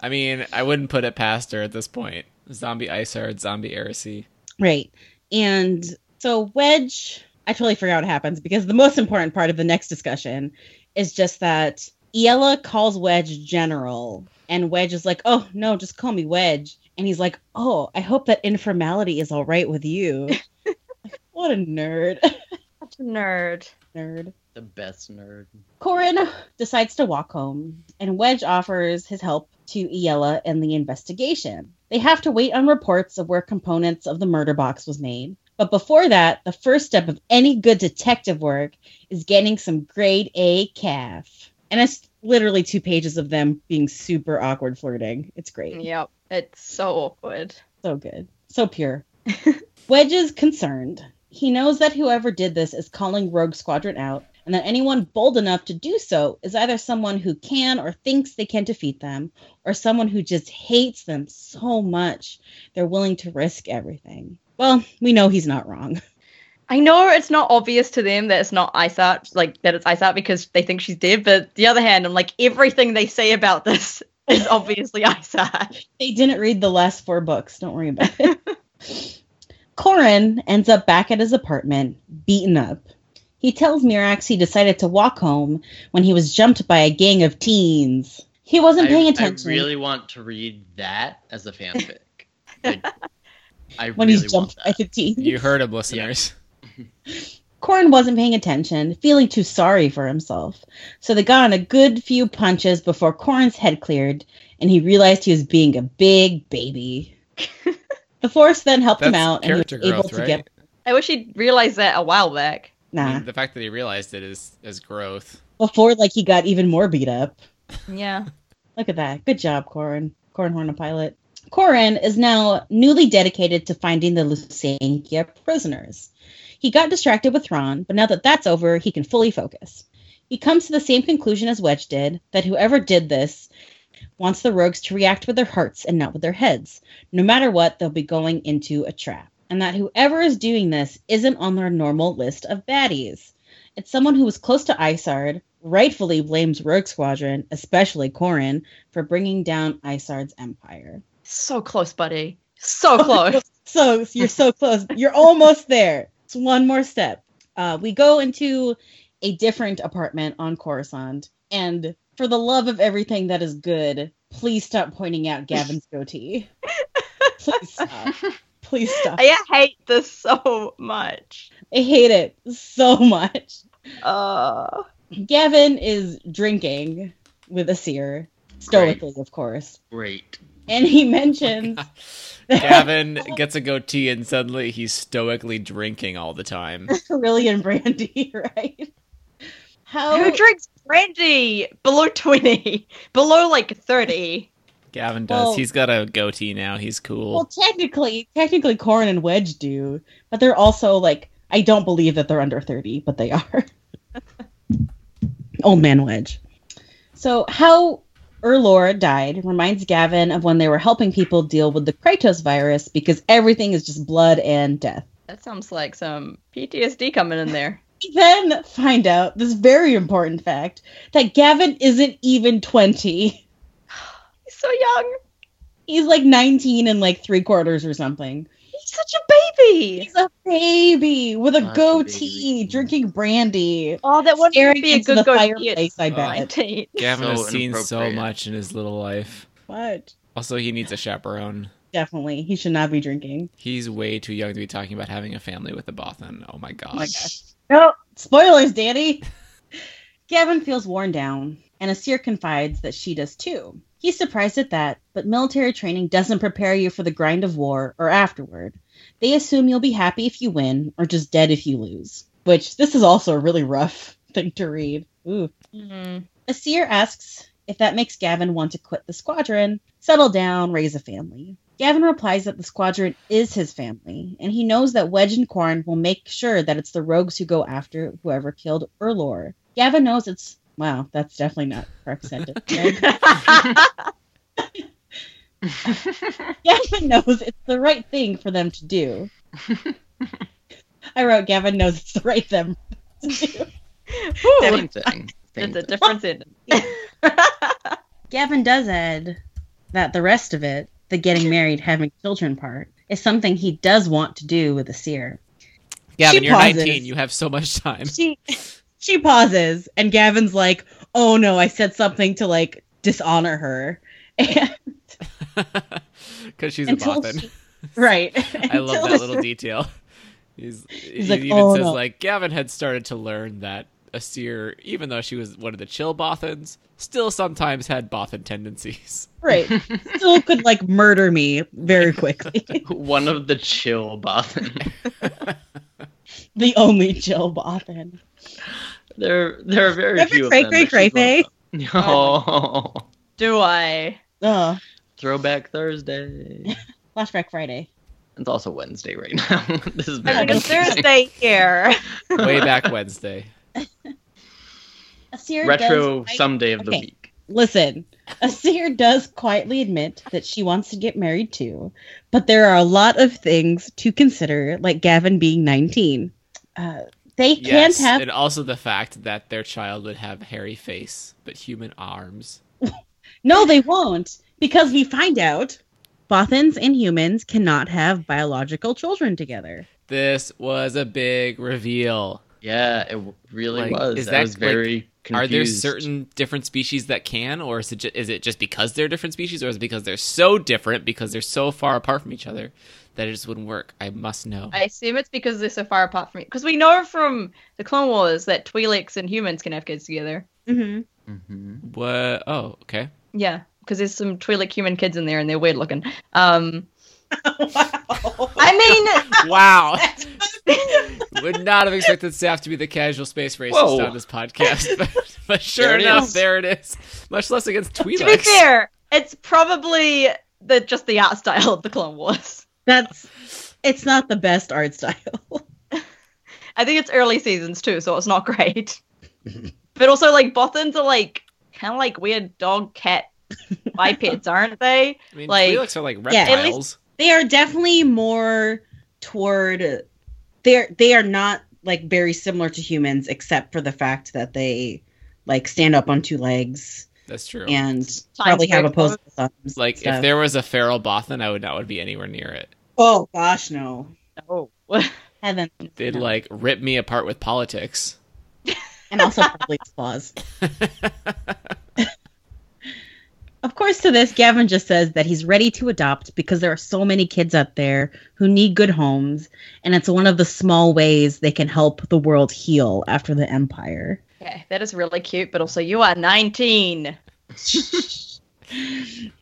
Speaker 3: I mean, I wouldn't put it past her at this point. Zombie Isard, zombie Heresy.
Speaker 1: Right. And so Wedge, I totally forgot what happens because the most important part of the next discussion is just that Iella calls Wedge General, and Wedge is like, oh, no, just call me Wedge. And he's like, oh, I hope that informality is all right with you. what a nerd.
Speaker 2: Such a nerd.
Speaker 1: nerd.
Speaker 8: The best nerd.
Speaker 1: Corin decides to walk home, and Wedge offers his help to Iella in the investigation. They have to wait on reports of where components of the murder box was made. But before that, the first step of any good detective work is getting some grade A calf. And it's literally two pages of them being super awkward flirting. It's great.
Speaker 2: Yep, it's so awkward.
Speaker 1: So good. So pure. Wedge is concerned. He knows that whoever did this is calling Rogue Squadron out, and that anyone bold enough to do so is either someone who can or thinks they can defeat them, or someone who just hates them so much they're willing to risk everything. Well, we know he's not wrong.
Speaker 2: I know it's not obvious to them that it's not Isart, like that it's Isart because they think she's dead. But the other hand, I'm like everything they say about this is obviously Isart.
Speaker 1: They didn't read the last four books. Don't worry about it. Corin ends up back at his apartment, beaten up. He tells Mirax he decided to walk home when he was jumped by a gang of teens. He wasn't
Speaker 8: I,
Speaker 1: paying
Speaker 8: I
Speaker 1: attention
Speaker 8: really want to read that as a fanfic. Like, I
Speaker 1: when
Speaker 8: really
Speaker 1: he's
Speaker 8: want
Speaker 1: jumped by
Speaker 8: that.
Speaker 1: the teeth.
Speaker 3: You heard him, listeners.
Speaker 1: Corn wasn't paying attention, feeling too sorry for himself. So they got on a good few punches before Corn's head cleared and he realized he was being a big baby. the force then helped him
Speaker 3: That's
Speaker 1: out and he
Speaker 3: character
Speaker 1: was able
Speaker 3: growth,
Speaker 1: to
Speaker 3: right?
Speaker 1: get
Speaker 2: I wish he'd realized that a while back.
Speaker 3: I
Speaker 1: nah
Speaker 3: mean, the fact that he realized it is is growth.
Speaker 1: before like he got even more beat up.
Speaker 2: Yeah.
Speaker 1: Look at that. Good job, Corin. Corin Hornet Pilot. Corin is now newly dedicated to finding the Lusankia prisoners. He got distracted with Thrawn, but now that that's over, he can fully focus. He comes to the same conclusion as Wedge did that whoever did this wants the rogues to react with their hearts and not with their heads. No matter what, they'll be going into a trap. And that whoever is doing this isn't on their normal list of baddies. It's someone who was close to Isard, rightfully blames Rogue Squadron, especially Corin, for bringing down Isard's empire.
Speaker 2: So close, buddy. So close.
Speaker 1: So you're so close. You're almost there. It's one more step. Uh, we go into a different apartment on Coruscant, and for the love of everything that is good, please stop pointing out Gavin's goatee. Please stop. Please stop.
Speaker 2: I hate this so much.
Speaker 1: I hate it so much.
Speaker 2: Uh,
Speaker 1: Gavin is drinking with a seer, stoically, of course.
Speaker 8: Great.
Speaker 1: And he mentions
Speaker 3: Gavin gets a goatee and suddenly he's stoically drinking all the time.
Speaker 1: Carillion brandy, right? How
Speaker 2: who drinks brandy below 20? Below like 30.
Speaker 3: Gavin does.
Speaker 1: Well-
Speaker 3: he's got a goatee now. He's cool.
Speaker 1: well technically technically Corin and Wedge do, but they're also like I don't believe that they're under 30, but they are. Old man Wedge. So how Erlora died reminds Gavin of when they were helping people deal with the Kratos virus because everything is just blood and death.
Speaker 2: That sounds like some PTSD coming in there.
Speaker 1: We then find out this very important fact that Gavin isn't even 20.
Speaker 2: He's so young.
Speaker 1: He's like 19 and like three quarters or something.
Speaker 2: He's such a baby.
Speaker 1: He's a baby with a
Speaker 8: Not a
Speaker 1: goatee
Speaker 8: baby.
Speaker 1: drinking brandy.
Speaker 2: Oh, that wouldn't
Speaker 1: Staring
Speaker 2: be a
Speaker 1: into
Speaker 2: good
Speaker 1: the
Speaker 2: goatee at
Speaker 1: fireplace, I
Speaker 3: Oh.
Speaker 1: bet.
Speaker 2: 19.
Speaker 3: Gavin
Speaker 8: So
Speaker 3: has seen so
Speaker 8: inappropriate.
Speaker 3: much in his little life.
Speaker 1: What?
Speaker 3: Also, he needs a chaperone.
Speaker 1: Definitely. He should not be drinking.
Speaker 3: He's way too young to be talking about having a family with a Bothan. Oh my gosh.
Speaker 1: my No, spoilers, Danny. Gavin feels worn down, and Asir confides that she does too. He's surprised at that, but military training doesn't prepare you for the grind of war or afterward. They assume you'll be happy if you win or just dead if you lose, which this is also a really rough thing to read. Ooh.
Speaker 2: Mm.
Speaker 1: Asir asks if that makes Gavin want to quit the squadron, settle down, raise a family. Gavin replies that the squadron is his family, and he knows that Wedge and Corn will make sure that it's the rogues who go after whoever killed Erlor. Gavin knows it's wow, that's definitely not the correct sentence. right? Gavin knows it's the right thing for them to do. I wrote Gavin knows it's the right them to do.
Speaker 8: Same thing. Same
Speaker 2: It's a
Speaker 8: thing.
Speaker 2: different sentence.
Speaker 1: Gavin does add that the rest of it, the getting married, having children part, is something he does want to do with a seer.
Speaker 3: Gavin,
Speaker 1: She
Speaker 3: you're
Speaker 1: pauses.
Speaker 3: 19. You have so much time.
Speaker 1: She she pauses and Gavin's like, "Oh no, I said something to like dishonor her." And-
Speaker 3: Because she's a
Speaker 1: until
Speaker 3: Bothan.
Speaker 1: she- right.
Speaker 3: I love
Speaker 1: Until
Speaker 3: that little detail. He's, he
Speaker 1: like,
Speaker 3: even
Speaker 1: "Oh,
Speaker 3: says
Speaker 1: no."
Speaker 3: like Gavin had started to learn that Asir, even though she was one of the chill Bothans, still sometimes had Bothan tendencies.
Speaker 1: Right. Still could like murder me very quickly.
Speaker 8: One of the chill Bothan.
Speaker 1: the only Jill Bothan.
Speaker 8: there, there are very
Speaker 1: Remember
Speaker 8: few
Speaker 1: Cray
Speaker 8: of them.
Speaker 1: Cray
Speaker 8: but she's
Speaker 1: Cray
Speaker 8: one of them. No.
Speaker 2: Do I?
Speaker 1: Ugh.
Speaker 8: Throwback Thursday.
Speaker 1: Flashback Friday.
Speaker 8: It's also Wednesday right now. this is
Speaker 2: I
Speaker 8: very
Speaker 2: think it's
Speaker 8: confusing.
Speaker 2: Thursday here.
Speaker 3: Way back Wednesday.
Speaker 1: A seer does
Speaker 8: Retro
Speaker 1: fight-
Speaker 8: someday of the
Speaker 1: Okay.
Speaker 8: week.
Speaker 1: Listen, Asir does quietly admit that she wants to get married too, but there are a lot of things to consider, like Gavin being 19. Uh, they
Speaker 3: Yes,
Speaker 1: can't have
Speaker 3: and also the fact that their child would have hairy face but human arms.
Speaker 1: no, they won't, because we find out Bothans and humans cannot have biological children together.
Speaker 3: This was a big reveal.
Speaker 8: Yeah, it w- really
Speaker 3: Like,
Speaker 8: was.
Speaker 3: is
Speaker 8: That,
Speaker 3: that,
Speaker 8: was
Speaker 3: like-
Speaker 8: very confused.
Speaker 3: Are there certain different species that can, or is it, ju- is it just because they're different species, or is it because they're so different because they're so far apart from each other that it just wouldn't work? I must know.
Speaker 2: I assume it's because they're so far apart from me. Because we know from the Clone Wars that Twi'leks and humans can have kids together.
Speaker 1: Mm-hmm.
Speaker 4: Mhm.
Speaker 3: what? Oh, okay.
Speaker 2: Yeah, because there's some Twi'lek human kids in there, and they're weird looking. Um,
Speaker 1: wow.
Speaker 2: I mean,
Speaker 3: Wow. Would not have expected staff to be the casual space racist
Speaker 8: Whoa.
Speaker 3: on this podcast, but, but sure
Speaker 8: There it
Speaker 3: enough,
Speaker 8: is.
Speaker 3: there it is. Much less against Twi'leks.
Speaker 2: to be fair, it's probably the just the art style of the Clone Wars.
Speaker 1: That's it's not the best art style.
Speaker 2: I think it's early seasons too, so it's not great. but also, like Bothans are like kind of like weird dog cat bipeds, aren't they?
Speaker 3: I mean,
Speaker 2: Like-
Speaker 3: Twi'leks are like
Speaker 1: Yeah,
Speaker 3: reptiles.
Speaker 1: at They are definitely more toward they're they are not like very similar to humans except for the fact that they like stand up on two legs
Speaker 3: That's true.
Speaker 1: and probably have
Speaker 2: very
Speaker 1: opposable thumbs.
Speaker 3: Like
Speaker 1: and
Speaker 3: if
Speaker 1: stuff.
Speaker 3: there was a feral bothan, I would not would be anywhere near it.
Speaker 1: Oh gosh no.
Speaker 2: No.
Speaker 1: Heaven
Speaker 3: They'd
Speaker 1: no.
Speaker 3: like rip me apart with politics.
Speaker 1: and also probably its claws. Of course, to this, Gavin just says that he's ready to adopt because there are so many kids out there who need good homes, and it's one of the small ways they can help the world heal after the empire.
Speaker 2: Okay, that is really cute, but also you are 19.
Speaker 3: They're
Speaker 1: Asir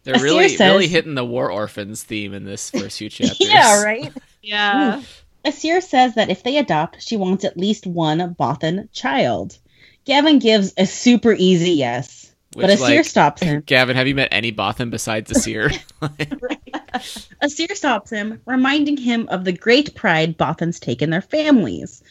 Speaker 3: really
Speaker 1: says-
Speaker 3: really hitting the war orphans theme in this first few chapters.
Speaker 1: right.
Speaker 2: Yeah.
Speaker 1: Asir says that if they adopt, she wants at least one Bothan child. Gavin gives a super easy yes,
Speaker 3: Which,
Speaker 1: but Asir
Speaker 3: like,
Speaker 1: stops him.
Speaker 3: Gavin, have you met any Bothan besides Asir?
Speaker 1: Asir stops him, reminding him of the great pride Bothans take in their families.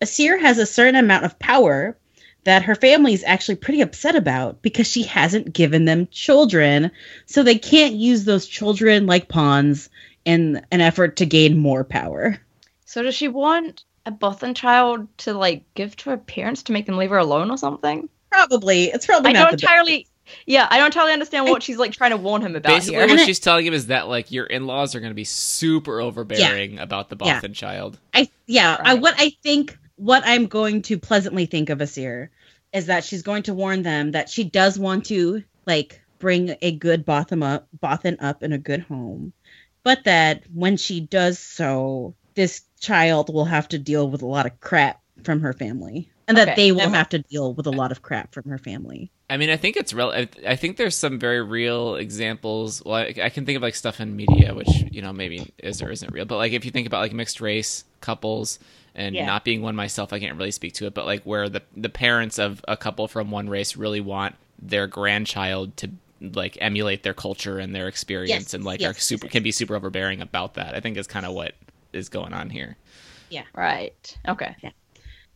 Speaker 1: Asir has a certain amount of power that her family is actually pretty upset about because she hasn't given them children, so they can't use those children like pawns in an effort to gain more power.
Speaker 2: So does she want a Bothan child to like give to her parents to make them leave her alone or something?
Speaker 1: Probably, it's probably
Speaker 2: I
Speaker 1: not
Speaker 2: don't
Speaker 1: the
Speaker 2: entirely. Yeah, I don't entirely understand what she's like trying to warn him about
Speaker 3: Basically,
Speaker 2: here.
Speaker 3: what
Speaker 1: And I-
Speaker 3: she's telling him is that like your in laws are going to be super overbearing about the
Speaker 1: Yeah.
Speaker 3: Bothan child.
Speaker 1: I yeah, I
Speaker 2: Right.
Speaker 1: what I think what I'm going to pleasantly think of Asir is that she's going to warn them that she does want to like bring a good Botham up Bothan up in a good home, but that when she does so, this child will have to deal with a lot of crap from her family. And that
Speaker 2: Okay,
Speaker 1: they will
Speaker 2: that ma-
Speaker 1: have to deal with a lot of crap from her family.
Speaker 3: I mean, I think it's real. I I think there's some very real examples. Well, I, I can think of like stuff in media, which you know maybe is or isn't real. But like if you think about like mixed race couples and
Speaker 2: Yeah.
Speaker 3: not being one myself, I can't really speak to it. But like where the the parents of a couple from one race really want their grandchild to like emulate their culture and their experience,
Speaker 1: Yes,
Speaker 3: and like
Speaker 1: yes,
Speaker 3: are super
Speaker 1: yes, yes.
Speaker 3: can be super overbearing about that. I think is kind of what is going on here.
Speaker 2: Right. Okay.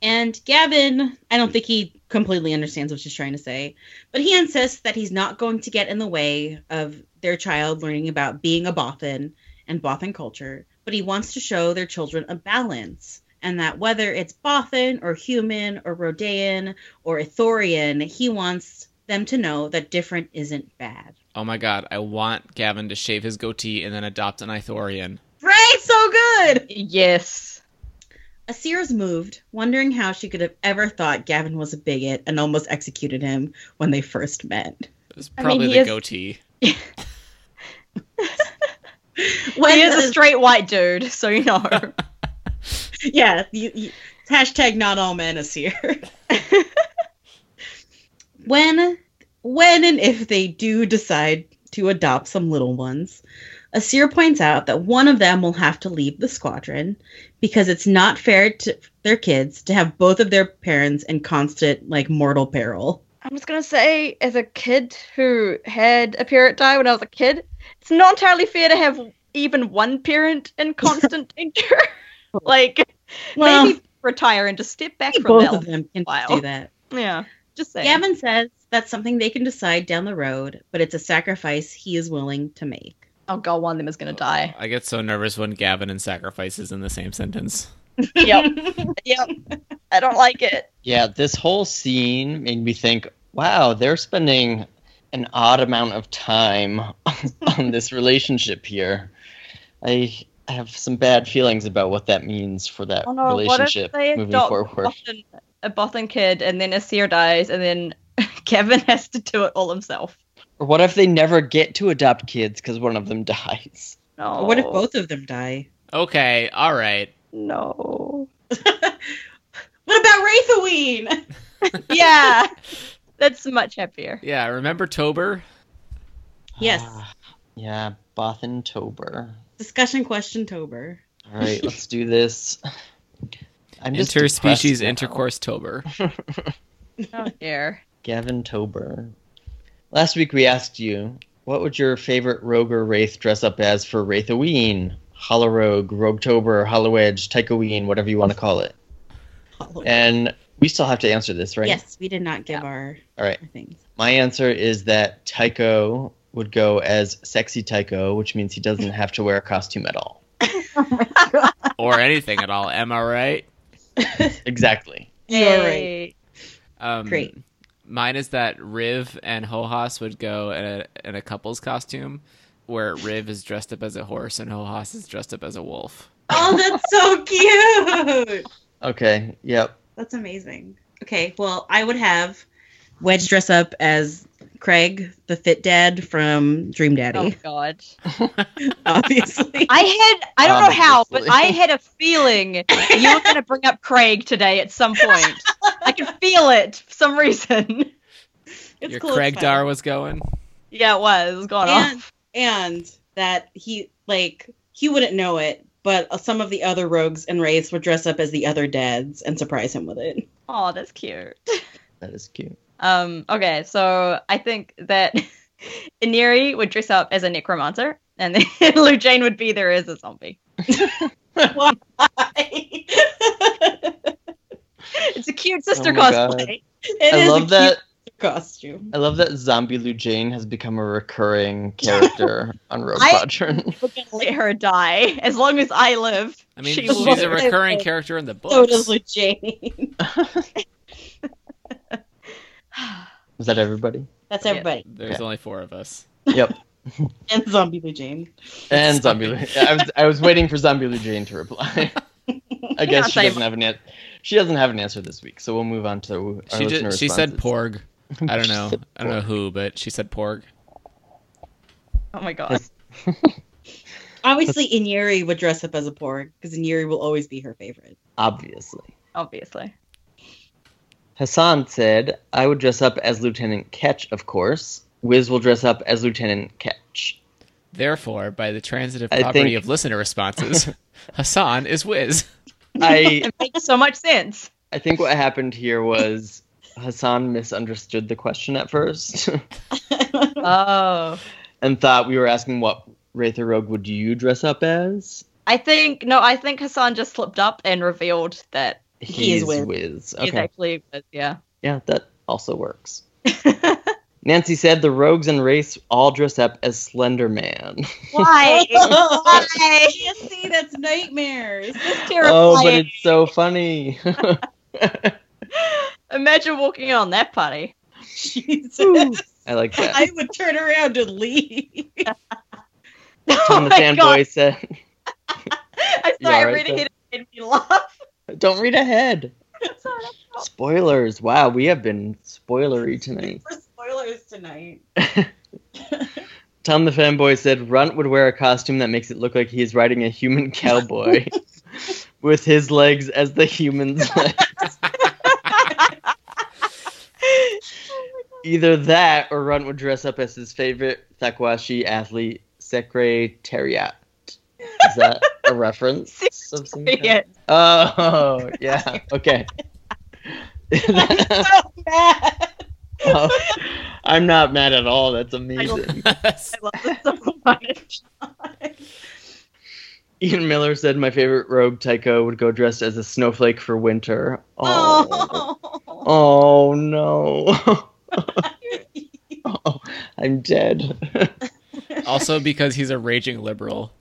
Speaker 1: And Gavin, I don't think he completely understands what she's trying to say, but he insists that he's not going to get in the way of their child learning about being a Bothan and Bothan culture, but he wants to show their children a balance and that whether it's Bothan or human or Rhodean or Ithorian, he wants them to know that different isn't bad.
Speaker 3: Oh my god, I want Gavin to shave his goatee and then adopt an Ithorian.
Speaker 1: Right? So good!
Speaker 2: Yes.
Speaker 1: Asir's moved, wondering how she could have ever thought Gavin was a bigot and almost executed him when they first met.
Speaker 3: It's
Speaker 2: I mean,
Speaker 3: probably
Speaker 2: he
Speaker 3: the
Speaker 2: is-
Speaker 3: goatee.
Speaker 1: when
Speaker 2: he is a straight white dude, so you know.
Speaker 1: yeah you, you- hashtag not all men is here when when and if they do decide to adopt some little ones asir points out that one of them will have to leave the squadron because it's not fair to their kids to have both of their parents in constant like mortal peril
Speaker 2: I'm just gonna say, as a kid who had a parent die when I was a kid, it's not entirely fair to have even one parent in constant danger. like maybe retire and just step back from
Speaker 1: both of
Speaker 2: that.
Speaker 1: them can
Speaker 2: Wow.
Speaker 1: do that
Speaker 2: Yeah. Just saying.
Speaker 1: Gavin says that's something they can decide down the road, but it's a sacrifice he is willing to make.
Speaker 2: Oh god, one of them is gonna die.
Speaker 3: I get so nervous when Gavin and sacrifice is in the same sentence.
Speaker 2: yep. Yep. I don't like it.
Speaker 4: Yeah, this whole scene made me think, wow, they're spending an odd amount of time on this relationship here. I I have some bad feelings about what that means for that
Speaker 2: Oh no, what if
Speaker 4: relationship
Speaker 2: they
Speaker 4: moving
Speaker 2: adopt a
Speaker 4: forward.
Speaker 2: Boston, a Boston kid and then Asir dies and then Kevin has to do it all himself?
Speaker 4: Or what if they never get to adopt kids because one of them dies?
Speaker 2: No.
Speaker 1: But What if both of them die?
Speaker 3: Okay, all right.
Speaker 2: No.
Speaker 1: What about Wraithaween?
Speaker 2: yeah. That's much happier.
Speaker 3: Yeah, remember Tober?
Speaker 1: Yes.
Speaker 4: Ah, yeah, Bothan Tober.
Speaker 1: Discussion question Tober.
Speaker 4: All right, let's do this. I'm just depressed
Speaker 3: Interspecies
Speaker 4: now.
Speaker 3: intercourse Tober.
Speaker 2: Oh dear.
Speaker 4: Gavin Tober. Last week we asked you, what would your favorite rogue or wraith dress up as for Wraithaween? Hollow Rogue, Rogue Tober, Hollow Edge, Tychoeen, whatever you want to call it. And we still have to answer this, Eh, right?
Speaker 1: Yes, we did not give our,
Speaker 4: All right.
Speaker 1: our things.
Speaker 4: My answer is that Tycho would go as sexy Tycho, which means he doesn't have to wear a costume at all.
Speaker 3: or anything at all, am I right?
Speaker 4: Exactly.
Speaker 2: Yay.
Speaker 3: Um,
Speaker 1: Great.
Speaker 3: Mine is that Riv and Hohas would go in a, in a couple's costume, where Riv is dressed up as a horse and Hohas is dressed up as a wolf.
Speaker 1: Oh, that's so cute.
Speaker 4: Okay. Yep.
Speaker 1: That's amazing. Okay, well, I would have Wedge dress up as Craig, the fit dad from Dream
Speaker 2: Oh
Speaker 1: Daddy,
Speaker 2: god.
Speaker 1: obviously.
Speaker 2: I had I don't know how, but I
Speaker 4: Obviously.
Speaker 2: had a feeling you were gonna bring up Craig today at some point. I could feel it for some reason.
Speaker 1: It's
Speaker 3: Your
Speaker 1: cool, it's
Speaker 3: Craig
Speaker 1: fun.
Speaker 3: Dar was going.
Speaker 2: Yeah, it was. It was going on.
Speaker 1: and, and that he like he wouldn't know it but some of the other rogues and wraiths would dress up as the other dads and surprise him with it
Speaker 2: Oh, that's cute.
Speaker 4: That is cute.
Speaker 2: Um, okay, so I think that Iniri would dress up as a necromancer, and then Lujane would be there as a zombie.
Speaker 1: it
Speaker 2: It's a cute sister
Speaker 4: Oh my God.
Speaker 2: cosplay.
Speaker 4: I
Speaker 1: is a
Speaker 4: love
Speaker 1: cute
Speaker 4: that.
Speaker 1: costume
Speaker 4: I love that Zombie Lou Jane has become a recurring character on Rogue
Speaker 2: I-
Speaker 4: Quadrant.
Speaker 2: We're gonna let her die as long as I live.
Speaker 3: I mean,
Speaker 2: She
Speaker 3: she's
Speaker 2: was.
Speaker 3: a recurring character in the books.
Speaker 1: so does Jane.
Speaker 4: Is that everybody?
Speaker 1: that's
Speaker 2: Yeah.
Speaker 1: everybody
Speaker 3: There's
Speaker 4: Okay.
Speaker 3: only four of us.
Speaker 4: Yep.
Speaker 1: and zombie blue jane
Speaker 4: And Zombie Lou. I was, I was waiting for Zombie Lou Jane to reply. I guess
Speaker 2: not
Speaker 4: she
Speaker 2: saying
Speaker 4: doesn't have an an she doesn't have an answer this week, so we'll move on to our
Speaker 3: She
Speaker 4: listener
Speaker 3: did, She said
Speaker 4: responses.
Speaker 3: Porg. I don't
Speaker 4: She
Speaker 3: know.
Speaker 4: said
Speaker 3: I don't know who, but she said Porg.
Speaker 2: Oh my god.
Speaker 1: obviously inyeri would dress up as a porg because inyeri will always be her favorite
Speaker 4: Obviously.
Speaker 2: Obviously.
Speaker 4: Hassan said, I would dress up as Lieutenant Ketch, of course. Wiz will dress up as Lieutenant Ketch.
Speaker 3: Therefore, by the transitive
Speaker 4: I
Speaker 3: property
Speaker 4: think-
Speaker 3: of listener responses, Hassan is Wiz.
Speaker 4: I
Speaker 2: It makes so much sense.
Speaker 4: I think what happened here was Hassan misunderstood the question at first
Speaker 2: Oh.
Speaker 4: and thought we were asking what Wraith or Rogue would you dress up as?
Speaker 2: I think no, I think Hassan just slipped up and revealed that
Speaker 1: He is Wiz.
Speaker 4: Wiz.
Speaker 2: he's
Speaker 4: Okay.
Speaker 2: actually yeah.
Speaker 4: Yeah, that also works. Nancy said the rogues and race all dress up as Slender Man.
Speaker 2: Why?
Speaker 1: I
Speaker 2: Why?
Speaker 1: can't see that's nightmares
Speaker 2: It's
Speaker 4: oh, but
Speaker 2: terrifying.
Speaker 4: it's so funny.
Speaker 2: Imagine walking in on that party.
Speaker 1: jesus
Speaker 4: I like that.
Speaker 1: i would turn around and leave
Speaker 4: Tom
Speaker 2: oh
Speaker 4: the
Speaker 2: my god.
Speaker 4: Fanboy said,
Speaker 2: I
Speaker 4: You
Speaker 2: started
Speaker 4: alright,
Speaker 2: reading
Speaker 4: Deb?
Speaker 2: it and it made me laugh.
Speaker 4: Don't read ahead.
Speaker 2: It's not a problem.
Speaker 4: Spoilers. Wow, we have been spoilery tonight.
Speaker 1: for spoilers tonight
Speaker 4: Tom the fanboy said Runt would wear a costume that makes it look like he is riding a human cowboy with his legs as the human's legs. Either that or Runt would dress up as his favorite Takwashi athlete, Secretariat. Is that a reference? of some kind?
Speaker 2: Yeah.
Speaker 4: Oh, yeah. Okay.
Speaker 1: so mad
Speaker 4: Oh, I'm not mad at all. That's amazing.
Speaker 2: I love this so much.
Speaker 4: Ian Miller said my favorite rogue Tycho would go dressed as a snowflake for winter. Oh, oh no. oh, I'm dead.
Speaker 3: also because he's a raging liberal.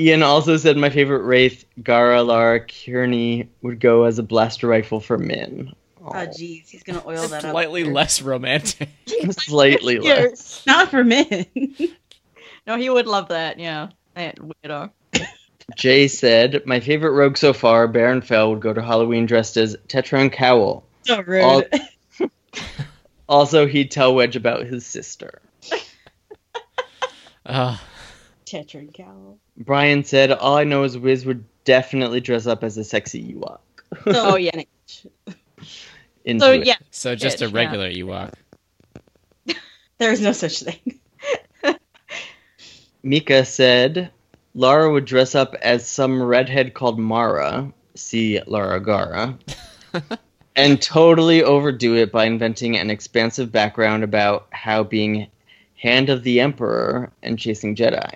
Speaker 4: Ian also said my favorite wraith, Gara Lara Kearney, would go as a blaster rifle for men.
Speaker 1: Oh jeez, he's gonna oil that up.
Speaker 3: Slightly less romantic.
Speaker 4: Slightly less.
Speaker 1: Not for men.
Speaker 2: No, he would love that. Yeah, that weirdo.
Speaker 4: Jay said, "My favorite rogue so far, Baron Fell, would go to Halloween dressed as Tetron Cowell.
Speaker 1: So rude.
Speaker 4: All- also, he'd tell Wedge about his sister."
Speaker 3: Ugh.
Speaker 1: Tetra Gal.
Speaker 4: Brian said, "All I know is Wiz would definitely dress up as a sexy Ewok."
Speaker 1: So,
Speaker 2: Oh, yeah.
Speaker 4: Into
Speaker 2: So
Speaker 4: it.
Speaker 2: yeah,
Speaker 3: so just a
Speaker 2: Bitch, yeah.
Speaker 3: regular Ewok.
Speaker 1: There's no such thing.
Speaker 4: Mika said, "Lara would dress up as some redhead called Mara, see Lara Gara, and totally overdo it by inventing an expansive background about how being hand of the Emperor and chasing Jedi."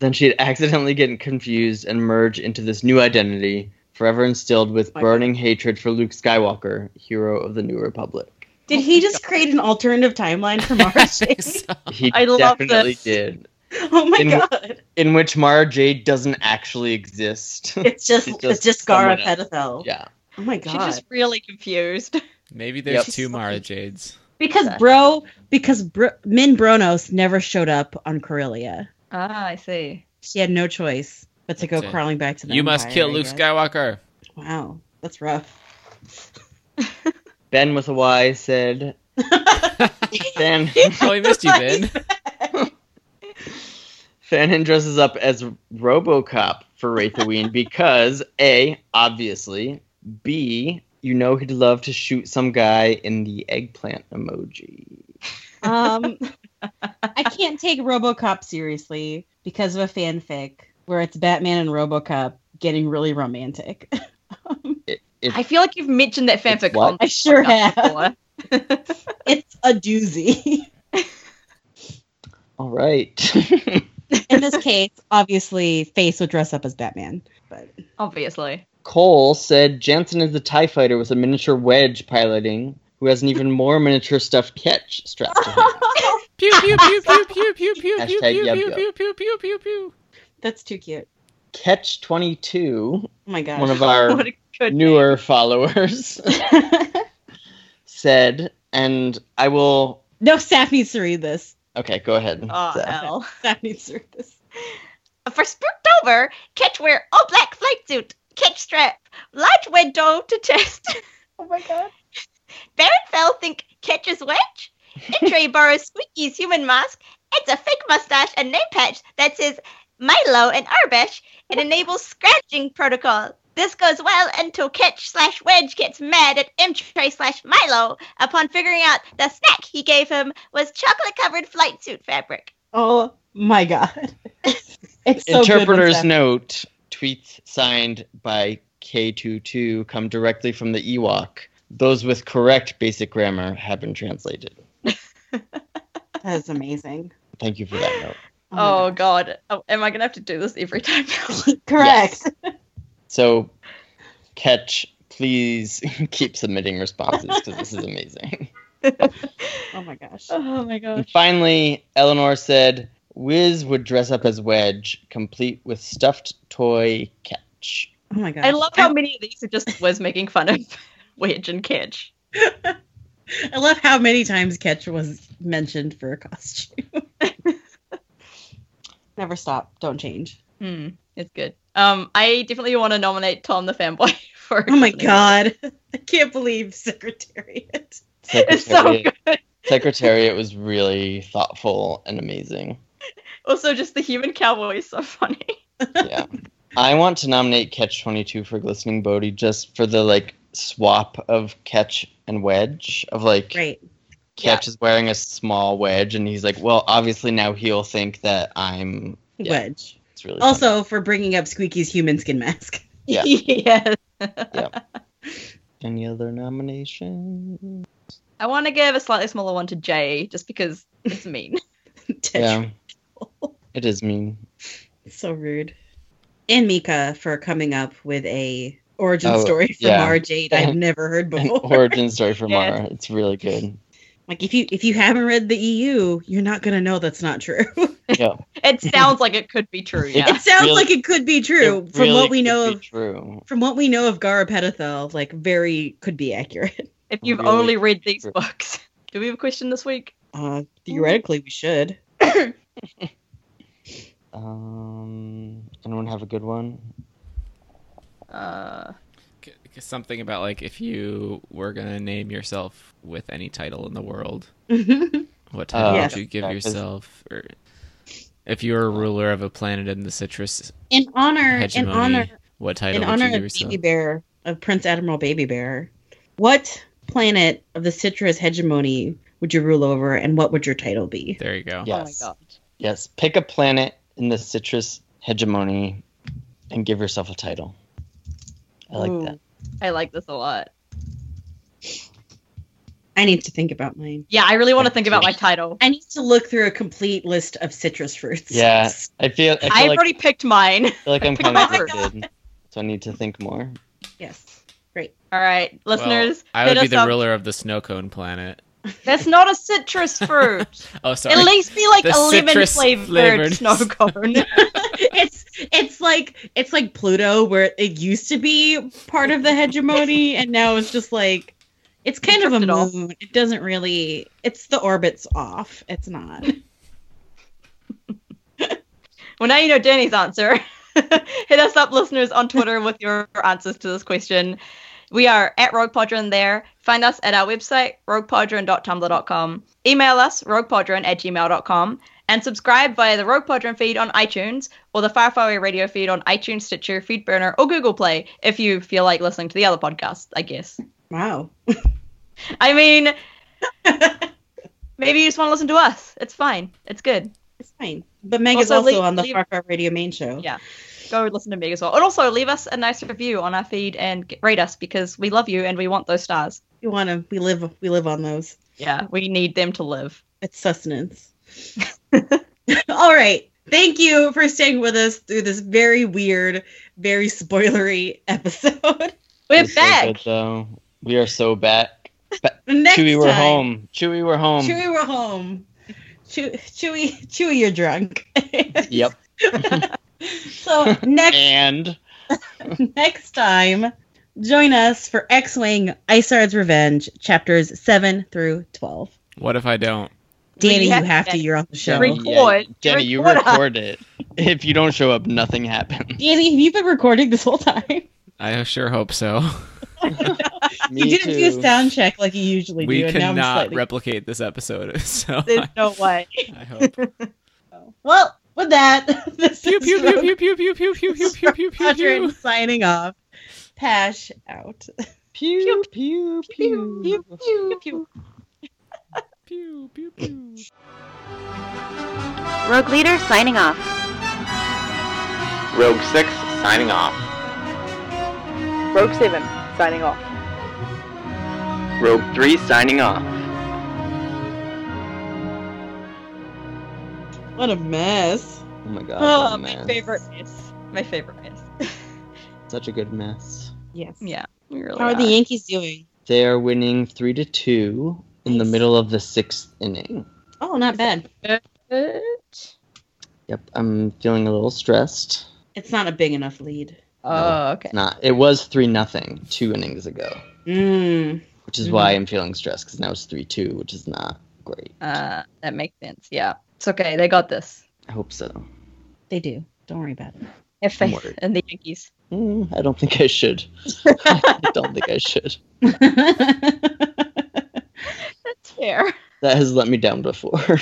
Speaker 4: then she'd accidentally get confused and merge into this new identity, forever instilled with
Speaker 1: My-
Speaker 4: burning hatred for Luke Skywalker, hero of the New Republic.
Speaker 1: Did he just create an alternative timeline for Mara Jade?
Speaker 4: He
Speaker 2: I love
Speaker 4: definitely
Speaker 2: this.
Speaker 4: did.
Speaker 1: oh my
Speaker 4: In-
Speaker 1: god.
Speaker 4: In which Mara Jade doesn't actually exist.
Speaker 1: It's just
Speaker 4: It's
Speaker 1: it's just,
Speaker 4: just
Speaker 1: Gara
Speaker 4: someone else.
Speaker 1: Pedophile.
Speaker 4: yeah.
Speaker 1: Oh my
Speaker 2: she's
Speaker 1: god.
Speaker 2: just really confused.
Speaker 3: Maybe there's
Speaker 4: Yep.
Speaker 3: two Mara Jades.
Speaker 1: Because bro, because bro, Min Bronos never showed up on Corellia.
Speaker 2: Ah, I see.
Speaker 1: She had no choice but to go
Speaker 3: That's it.
Speaker 1: crawling back to the.
Speaker 3: You must
Speaker 1: Empire,
Speaker 3: kill
Speaker 1: I
Speaker 3: Luke
Speaker 1: guess.
Speaker 3: Skywalker.
Speaker 1: Wow, that's rough.
Speaker 4: Ben with a Y said, Fan,
Speaker 3: Oh, we missed you, Ben.
Speaker 4: Fanon dresses up as Robocop for Wraithaween because A, obviously, B, you know he'd love to shoot some guy in the eggplant emoji.
Speaker 1: Um, I can't take RoboCop seriously because of a fanfic where it's Batman and RoboCop getting really romantic.
Speaker 4: It-
Speaker 2: I feel like you've mentioned that fanfic.
Speaker 4: It's what?
Speaker 2: on
Speaker 1: I sure
Speaker 2: podcast
Speaker 1: have.
Speaker 2: before.
Speaker 1: It's a doozy.
Speaker 4: All right.
Speaker 1: In this case, obviously, Face would dress up as Batman, but
Speaker 2: Obviously.
Speaker 4: Cole said Jansen is the TIE fighter with a miniature wedge piloting who has an even more miniature stuffed catch strapped to him.
Speaker 3: Pew pew pew pew pew pew pew pew
Speaker 4: Hashtag
Speaker 3: pew
Speaker 4: yub
Speaker 3: pew
Speaker 4: yub.
Speaker 3: pew pew pew pew pew.
Speaker 1: that's too cute.
Speaker 4: Catch 22,
Speaker 1: Oh my gosh.
Speaker 4: one of our
Speaker 2: What a good
Speaker 4: newer followers, said, and I will.
Speaker 1: no, Saf needs to read this.
Speaker 4: Okay, go ahead.
Speaker 2: Oh,
Speaker 4: Zach.
Speaker 2: hell.
Speaker 1: Saf needs to read this.
Speaker 2: For Spooktober, Ketch wear all black flight suit, catch strap, large window to chest.
Speaker 9: Oh my god.
Speaker 2: Baron Fell think catches wedge. And Trey borrows Squeaky's human mask. It's a fake mustache and name patch that says Milo and Arbesh. It enables scratching protocol. This goes well until Catch slash Wedge gets mad at M Trey slash Milo upon figuring out the snack he gave him was chocolate covered flight suit fabric.
Speaker 1: Oh my god. It's so good when
Speaker 4: Interpreter's
Speaker 1: Saf-
Speaker 4: note tweets signed by K22 come directly from the Ewok. Those with correct basic grammar have been translated.
Speaker 1: That is amazing.
Speaker 4: Thank you for that note.
Speaker 1: Oh my God.
Speaker 2: god. Oh, am I gonna have to do this every time now?
Speaker 1: Correct.
Speaker 4: So, catch, please keep submitting responses because this is amazing.
Speaker 1: Oh my gosh.
Speaker 2: oh my god.
Speaker 4: And finally, Eleanor said, Wiz would dress up as Wedge, complete with stuffed toy catch.
Speaker 1: Oh my gosh.
Speaker 2: I love how many of these are just was making fun of Wedge and Catch.
Speaker 1: I love how many times Ketch was mentioned for a costume. Never stop. Don't change.
Speaker 2: Hmm, it's good. Um, I definitely want to nominate Tom the fanboy for.
Speaker 1: Oh my
Speaker 2: Disney.
Speaker 1: god. I can't believe Secretariat.
Speaker 2: it's so
Speaker 4: Secretariat-
Speaker 2: good.
Speaker 4: Secretariat was really thoughtful and amazing.
Speaker 2: Also, just the human cowboy is so funny.
Speaker 4: yeah. I want to nominate Catch 22 for Glistening Bodhi just for the like swap of Catch and Wedge of like
Speaker 1: Great.
Speaker 4: Catch is wearing a small wedge and he's like, well, obviously now he'll think that I'm Yeah.
Speaker 1: Wedge.
Speaker 4: it's really funny.
Speaker 1: Also for bringing up Squeaky's human skin mask.
Speaker 4: Yeah.
Speaker 2: yes.
Speaker 4: any other nomination?
Speaker 2: I want to give a slightly smaller one to Jay, just because it's mean.
Speaker 1: Tetra.
Speaker 4: Yeah. It is mean.
Speaker 1: So rude. And Mika for coming up with a origin
Speaker 4: Oh,
Speaker 1: story for
Speaker 4: yeah.
Speaker 1: Mara Jade I've never heard
Speaker 4: An
Speaker 1: before.
Speaker 4: origin story for
Speaker 2: Yeah.
Speaker 4: Mara. It's really good.
Speaker 1: like if you if you haven't read the EU, you're not gonna know that's not true.
Speaker 2: It sounds like it could be true. Yeah.
Speaker 1: it sounds
Speaker 4: Really-
Speaker 1: like it could be true
Speaker 4: It
Speaker 1: from
Speaker 4: really
Speaker 1: what we
Speaker 4: could
Speaker 1: know
Speaker 4: be
Speaker 1: of
Speaker 4: True.
Speaker 1: from what we know of Gara Pedethel, like very could be accurate.
Speaker 2: if you've
Speaker 4: Really
Speaker 2: only read these
Speaker 4: true.
Speaker 2: books, do we have a question this week?
Speaker 1: Uh, theoretically, we should.
Speaker 4: Um, anyone have a good one?
Speaker 2: Uh,
Speaker 3: C- c- something about like if you were gonna name yourself with any title in the world, what title
Speaker 1: Uh,
Speaker 3: would you give
Speaker 4: yeah, 'cause-
Speaker 3: yourself? Or if you were a ruler of a planet in the citrus
Speaker 1: In honor, in
Speaker 3: hegemony,
Speaker 1: honor,
Speaker 3: what title
Speaker 1: in
Speaker 3: would you
Speaker 1: honor
Speaker 3: give
Speaker 1: of
Speaker 3: yourself?
Speaker 1: Baby Bear, of Prince Admiral Baby Bear, what planet of the citrus hegemony would you rule over, and what would your title be?
Speaker 3: There you go.
Speaker 4: Yes.
Speaker 2: Oh my god.
Speaker 4: Yes. Pick a planet in the citrus hegemony and give yourself a title. I like
Speaker 1: Ooh.
Speaker 4: that.
Speaker 2: I like this a lot.
Speaker 1: I need to think about mine.
Speaker 2: Yeah, I really want to think about my title.
Speaker 1: I need to look through a complete list of citrus fruits.
Speaker 4: Yeah. I feel I feel
Speaker 2: I've
Speaker 4: like
Speaker 2: already picked mine.
Speaker 4: I feel like I'm
Speaker 2: picked
Speaker 4: kind of
Speaker 2: my
Speaker 4: limited. So I need to think more.
Speaker 1: Yes.
Speaker 2: All right,
Speaker 3: Well,
Speaker 2: listeners,
Speaker 3: I would
Speaker 2: hit
Speaker 3: be
Speaker 2: us
Speaker 3: the
Speaker 2: up.
Speaker 3: ruler of the snow cone planet.
Speaker 2: That's not a citrus fruit.
Speaker 3: Oh, sorry.
Speaker 2: At least be like
Speaker 3: The
Speaker 2: a lemon
Speaker 3: citrus flavored.
Speaker 2: flavored snow cone.
Speaker 1: it's it's like it's like Pluto, where it used to be part of the hegemony, and now it's just like it's kind of a
Speaker 2: It all.
Speaker 1: moon. It doesn't really. It's the orbit's off. It's not.
Speaker 2: well, now you know Danny's answer. Hit us up, listeners, on Twitter with your answers to this question. We are at Rogue Podron there. Find us at our website, roguepodron.tumblr.com. Email us, roguepodron at gmail.com. And subscribe via the Rogue Podron feed on iTunes or the Far Far Away Radio feed on iTunes, Stitcher, Feedburner, or Google Play if you feel like listening to the other podcast, I guess.
Speaker 1: Wow.
Speaker 2: I mean, maybe you just want to listen to us. It's fine. It's good.
Speaker 1: It's fine. But Meg is
Speaker 2: Also,
Speaker 1: also
Speaker 2: leave-
Speaker 1: on the
Speaker 2: leave-
Speaker 1: Far Far Radio main show.
Speaker 2: Yeah. Go listen to me as well. And also leave us a nice review on our feed and g- rate us because we love you and we want those stars.
Speaker 1: We want to. We live. We live on those.
Speaker 2: Yeah, we need them to live.
Speaker 1: It's sustenance. All right. Thank you for staying with us through this very weird, very spoilery episode.
Speaker 2: We're
Speaker 4: It's so
Speaker 2: back.
Speaker 4: good, though. We are so back.
Speaker 1: Next
Speaker 4: Chewy,
Speaker 1: time,
Speaker 4: we're home. Chewy, we're home.
Speaker 1: Chewy, we're home. Chew- Chewy, Chewy, you're drunk.
Speaker 4: Yep.
Speaker 1: So next
Speaker 4: And
Speaker 1: next time, join us for X-Wing Isard's Revenge, chapters seven through twelve.
Speaker 3: What if I don't?
Speaker 1: Danny,
Speaker 2: We
Speaker 1: you
Speaker 2: have-
Speaker 1: have to. You're on the show.
Speaker 2: Record.
Speaker 4: Yeah, Danny, you
Speaker 2: Record us.
Speaker 4: record it. If you don't show up, nothing happens.
Speaker 1: Danny, have you been recording this whole time?
Speaker 3: I sure hope so.
Speaker 4: Me
Speaker 1: you didn't do
Speaker 4: too.
Speaker 1: a sound check like you usually
Speaker 3: we
Speaker 1: do. and now I'm
Speaker 3: cannot
Speaker 1: slightly-
Speaker 3: replicate this episode, so
Speaker 2: There's no way.
Speaker 3: I hope.
Speaker 1: well, with that, this
Speaker 3: pew
Speaker 1: is
Speaker 3: pew
Speaker 1: Rogue
Speaker 3: pew pew pew pew pew pew pew pew pew pew
Speaker 1: Squadron
Speaker 3: pew.
Speaker 1: signing off. Pash out.
Speaker 4: Pew, pew, pew.
Speaker 3: pew pew pew.
Speaker 10: Rogue Leader signing off.
Speaker 6: Rogue 6 signing off.
Speaker 11: Rogue 7 signing off.
Speaker 6: Rogue 3 signing off.
Speaker 1: What a mess.
Speaker 4: Oh my god. what
Speaker 2: Oh,
Speaker 4: a
Speaker 2: my
Speaker 4: mess.
Speaker 2: favorite miss. My favorite miss.
Speaker 4: Such a good mess.
Speaker 1: Yes.
Speaker 2: Yeah, we really
Speaker 1: How are the Yankees doing?
Speaker 4: They are winning three to two in the
Speaker 1: Nice.
Speaker 4: middle of the sixth inning.
Speaker 1: Oh, not bad.
Speaker 2: Yankees?
Speaker 4: Yep, I'm feeling a little stressed.
Speaker 1: It's not a big enough lead.
Speaker 2: Oh, okay.
Speaker 4: Not. It was three nothing two innings ago,
Speaker 1: Mm.
Speaker 4: which is why I'm feeling stressed because now it's three two, which is not great.
Speaker 2: Uh, that makes sense. Yeah, it's okay. They got this.
Speaker 4: I hope so.
Speaker 1: They do. Don't worry about it.
Speaker 2: Have faith
Speaker 4: Word.
Speaker 2: in the Yankees.
Speaker 4: Mm, I don't think I should. I don't think I should.
Speaker 2: That's fair.
Speaker 4: That has let me down before.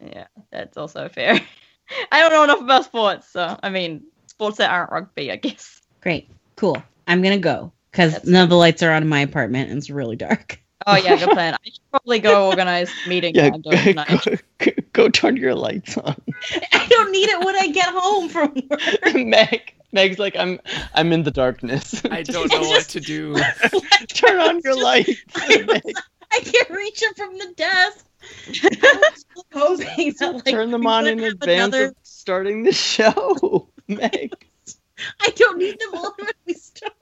Speaker 2: Yeah, that's also fair. I don't know enough about sports, so I mean, sports that aren't rugby, I guess.
Speaker 1: Great. Cool. I'm going to go because
Speaker 2: That's
Speaker 1: none of the lights are on in my apartment and it's really dark.
Speaker 2: Oh yeah, good plan. I should probably go organize a meeting.
Speaker 4: yeah,
Speaker 2: that I'm doing
Speaker 4: go,
Speaker 2: tonight.
Speaker 4: go, go turn your lights on.
Speaker 1: I don't need it when I get home from work.
Speaker 4: Meg, Meg's like, I'm, I'm in the darkness.
Speaker 3: I don't know what to do.
Speaker 4: turn on your lights. Meg.
Speaker 1: I can't reach it from the desk. I was hoping that, like,
Speaker 4: turn them
Speaker 1: we
Speaker 4: on
Speaker 1: would
Speaker 4: in
Speaker 1: have
Speaker 4: advance
Speaker 1: another-
Speaker 4: of starting the show. Meg,
Speaker 1: I don't need them on when we start.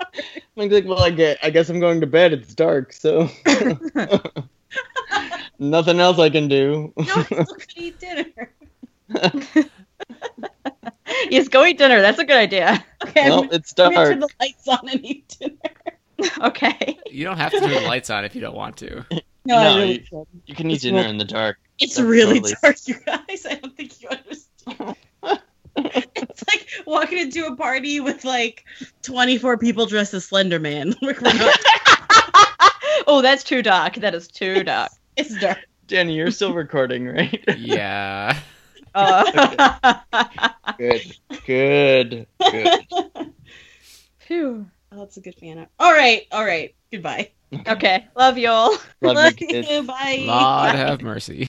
Speaker 4: Meg's like, well, I get, I guess I'm going to bed. It's dark, so nothing else I can do.
Speaker 1: No, I still could eat dinner.
Speaker 2: yes, go eat dinner. That's a good idea.
Speaker 1: Okay,
Speaker 4: well,
Speaker 1: I'm
Speaker 4: it's
Speaker 1: gonna
Speaker 4: dark.
Speaker 1: turn the lights on and eat dinner.
Speaker 2: Okay.
Speaker 3: You don't have to turn the lights on if you don't want to.
Speaker 1: No,
Speaker 4: No,
Speaker 1: I really
Speaker 4: you-
Speaker 1: should.
Speaker 4: You can eat
Speaker 1: It's
Speaker 4: dinner
Speaker 1: not-
Speaker 4: in the dark.
Speaker 1: It's
Speaker 4: that's
Speaker 1: really
Speaker 4: totally-
Speaker 1: dark, you guys. I don't think you understand. it's like walking into a party with like 24 people dressed as Slender Man. Like, we're not-
Speaker 2: oh, that's too dark. That is too dark.
Speaker 1: it's dark.
Speaker 4: Danny, you're still recording, right?
Speaker 3: yeah.
Speaker 2: Uh,
Speaker 4: Good. Good. Good.
Speaker 2: Phew.
Speaker 1: Oh, that's a good fan art. All right, all right. Goodbye.
Speaker 2: Okay. Love y'all.
Speaker 4: Love you,
Speaker 1: Love
Speaker 4: kids.
Speaker 1: you. Bye.
Speaker 3: Lord have mercy.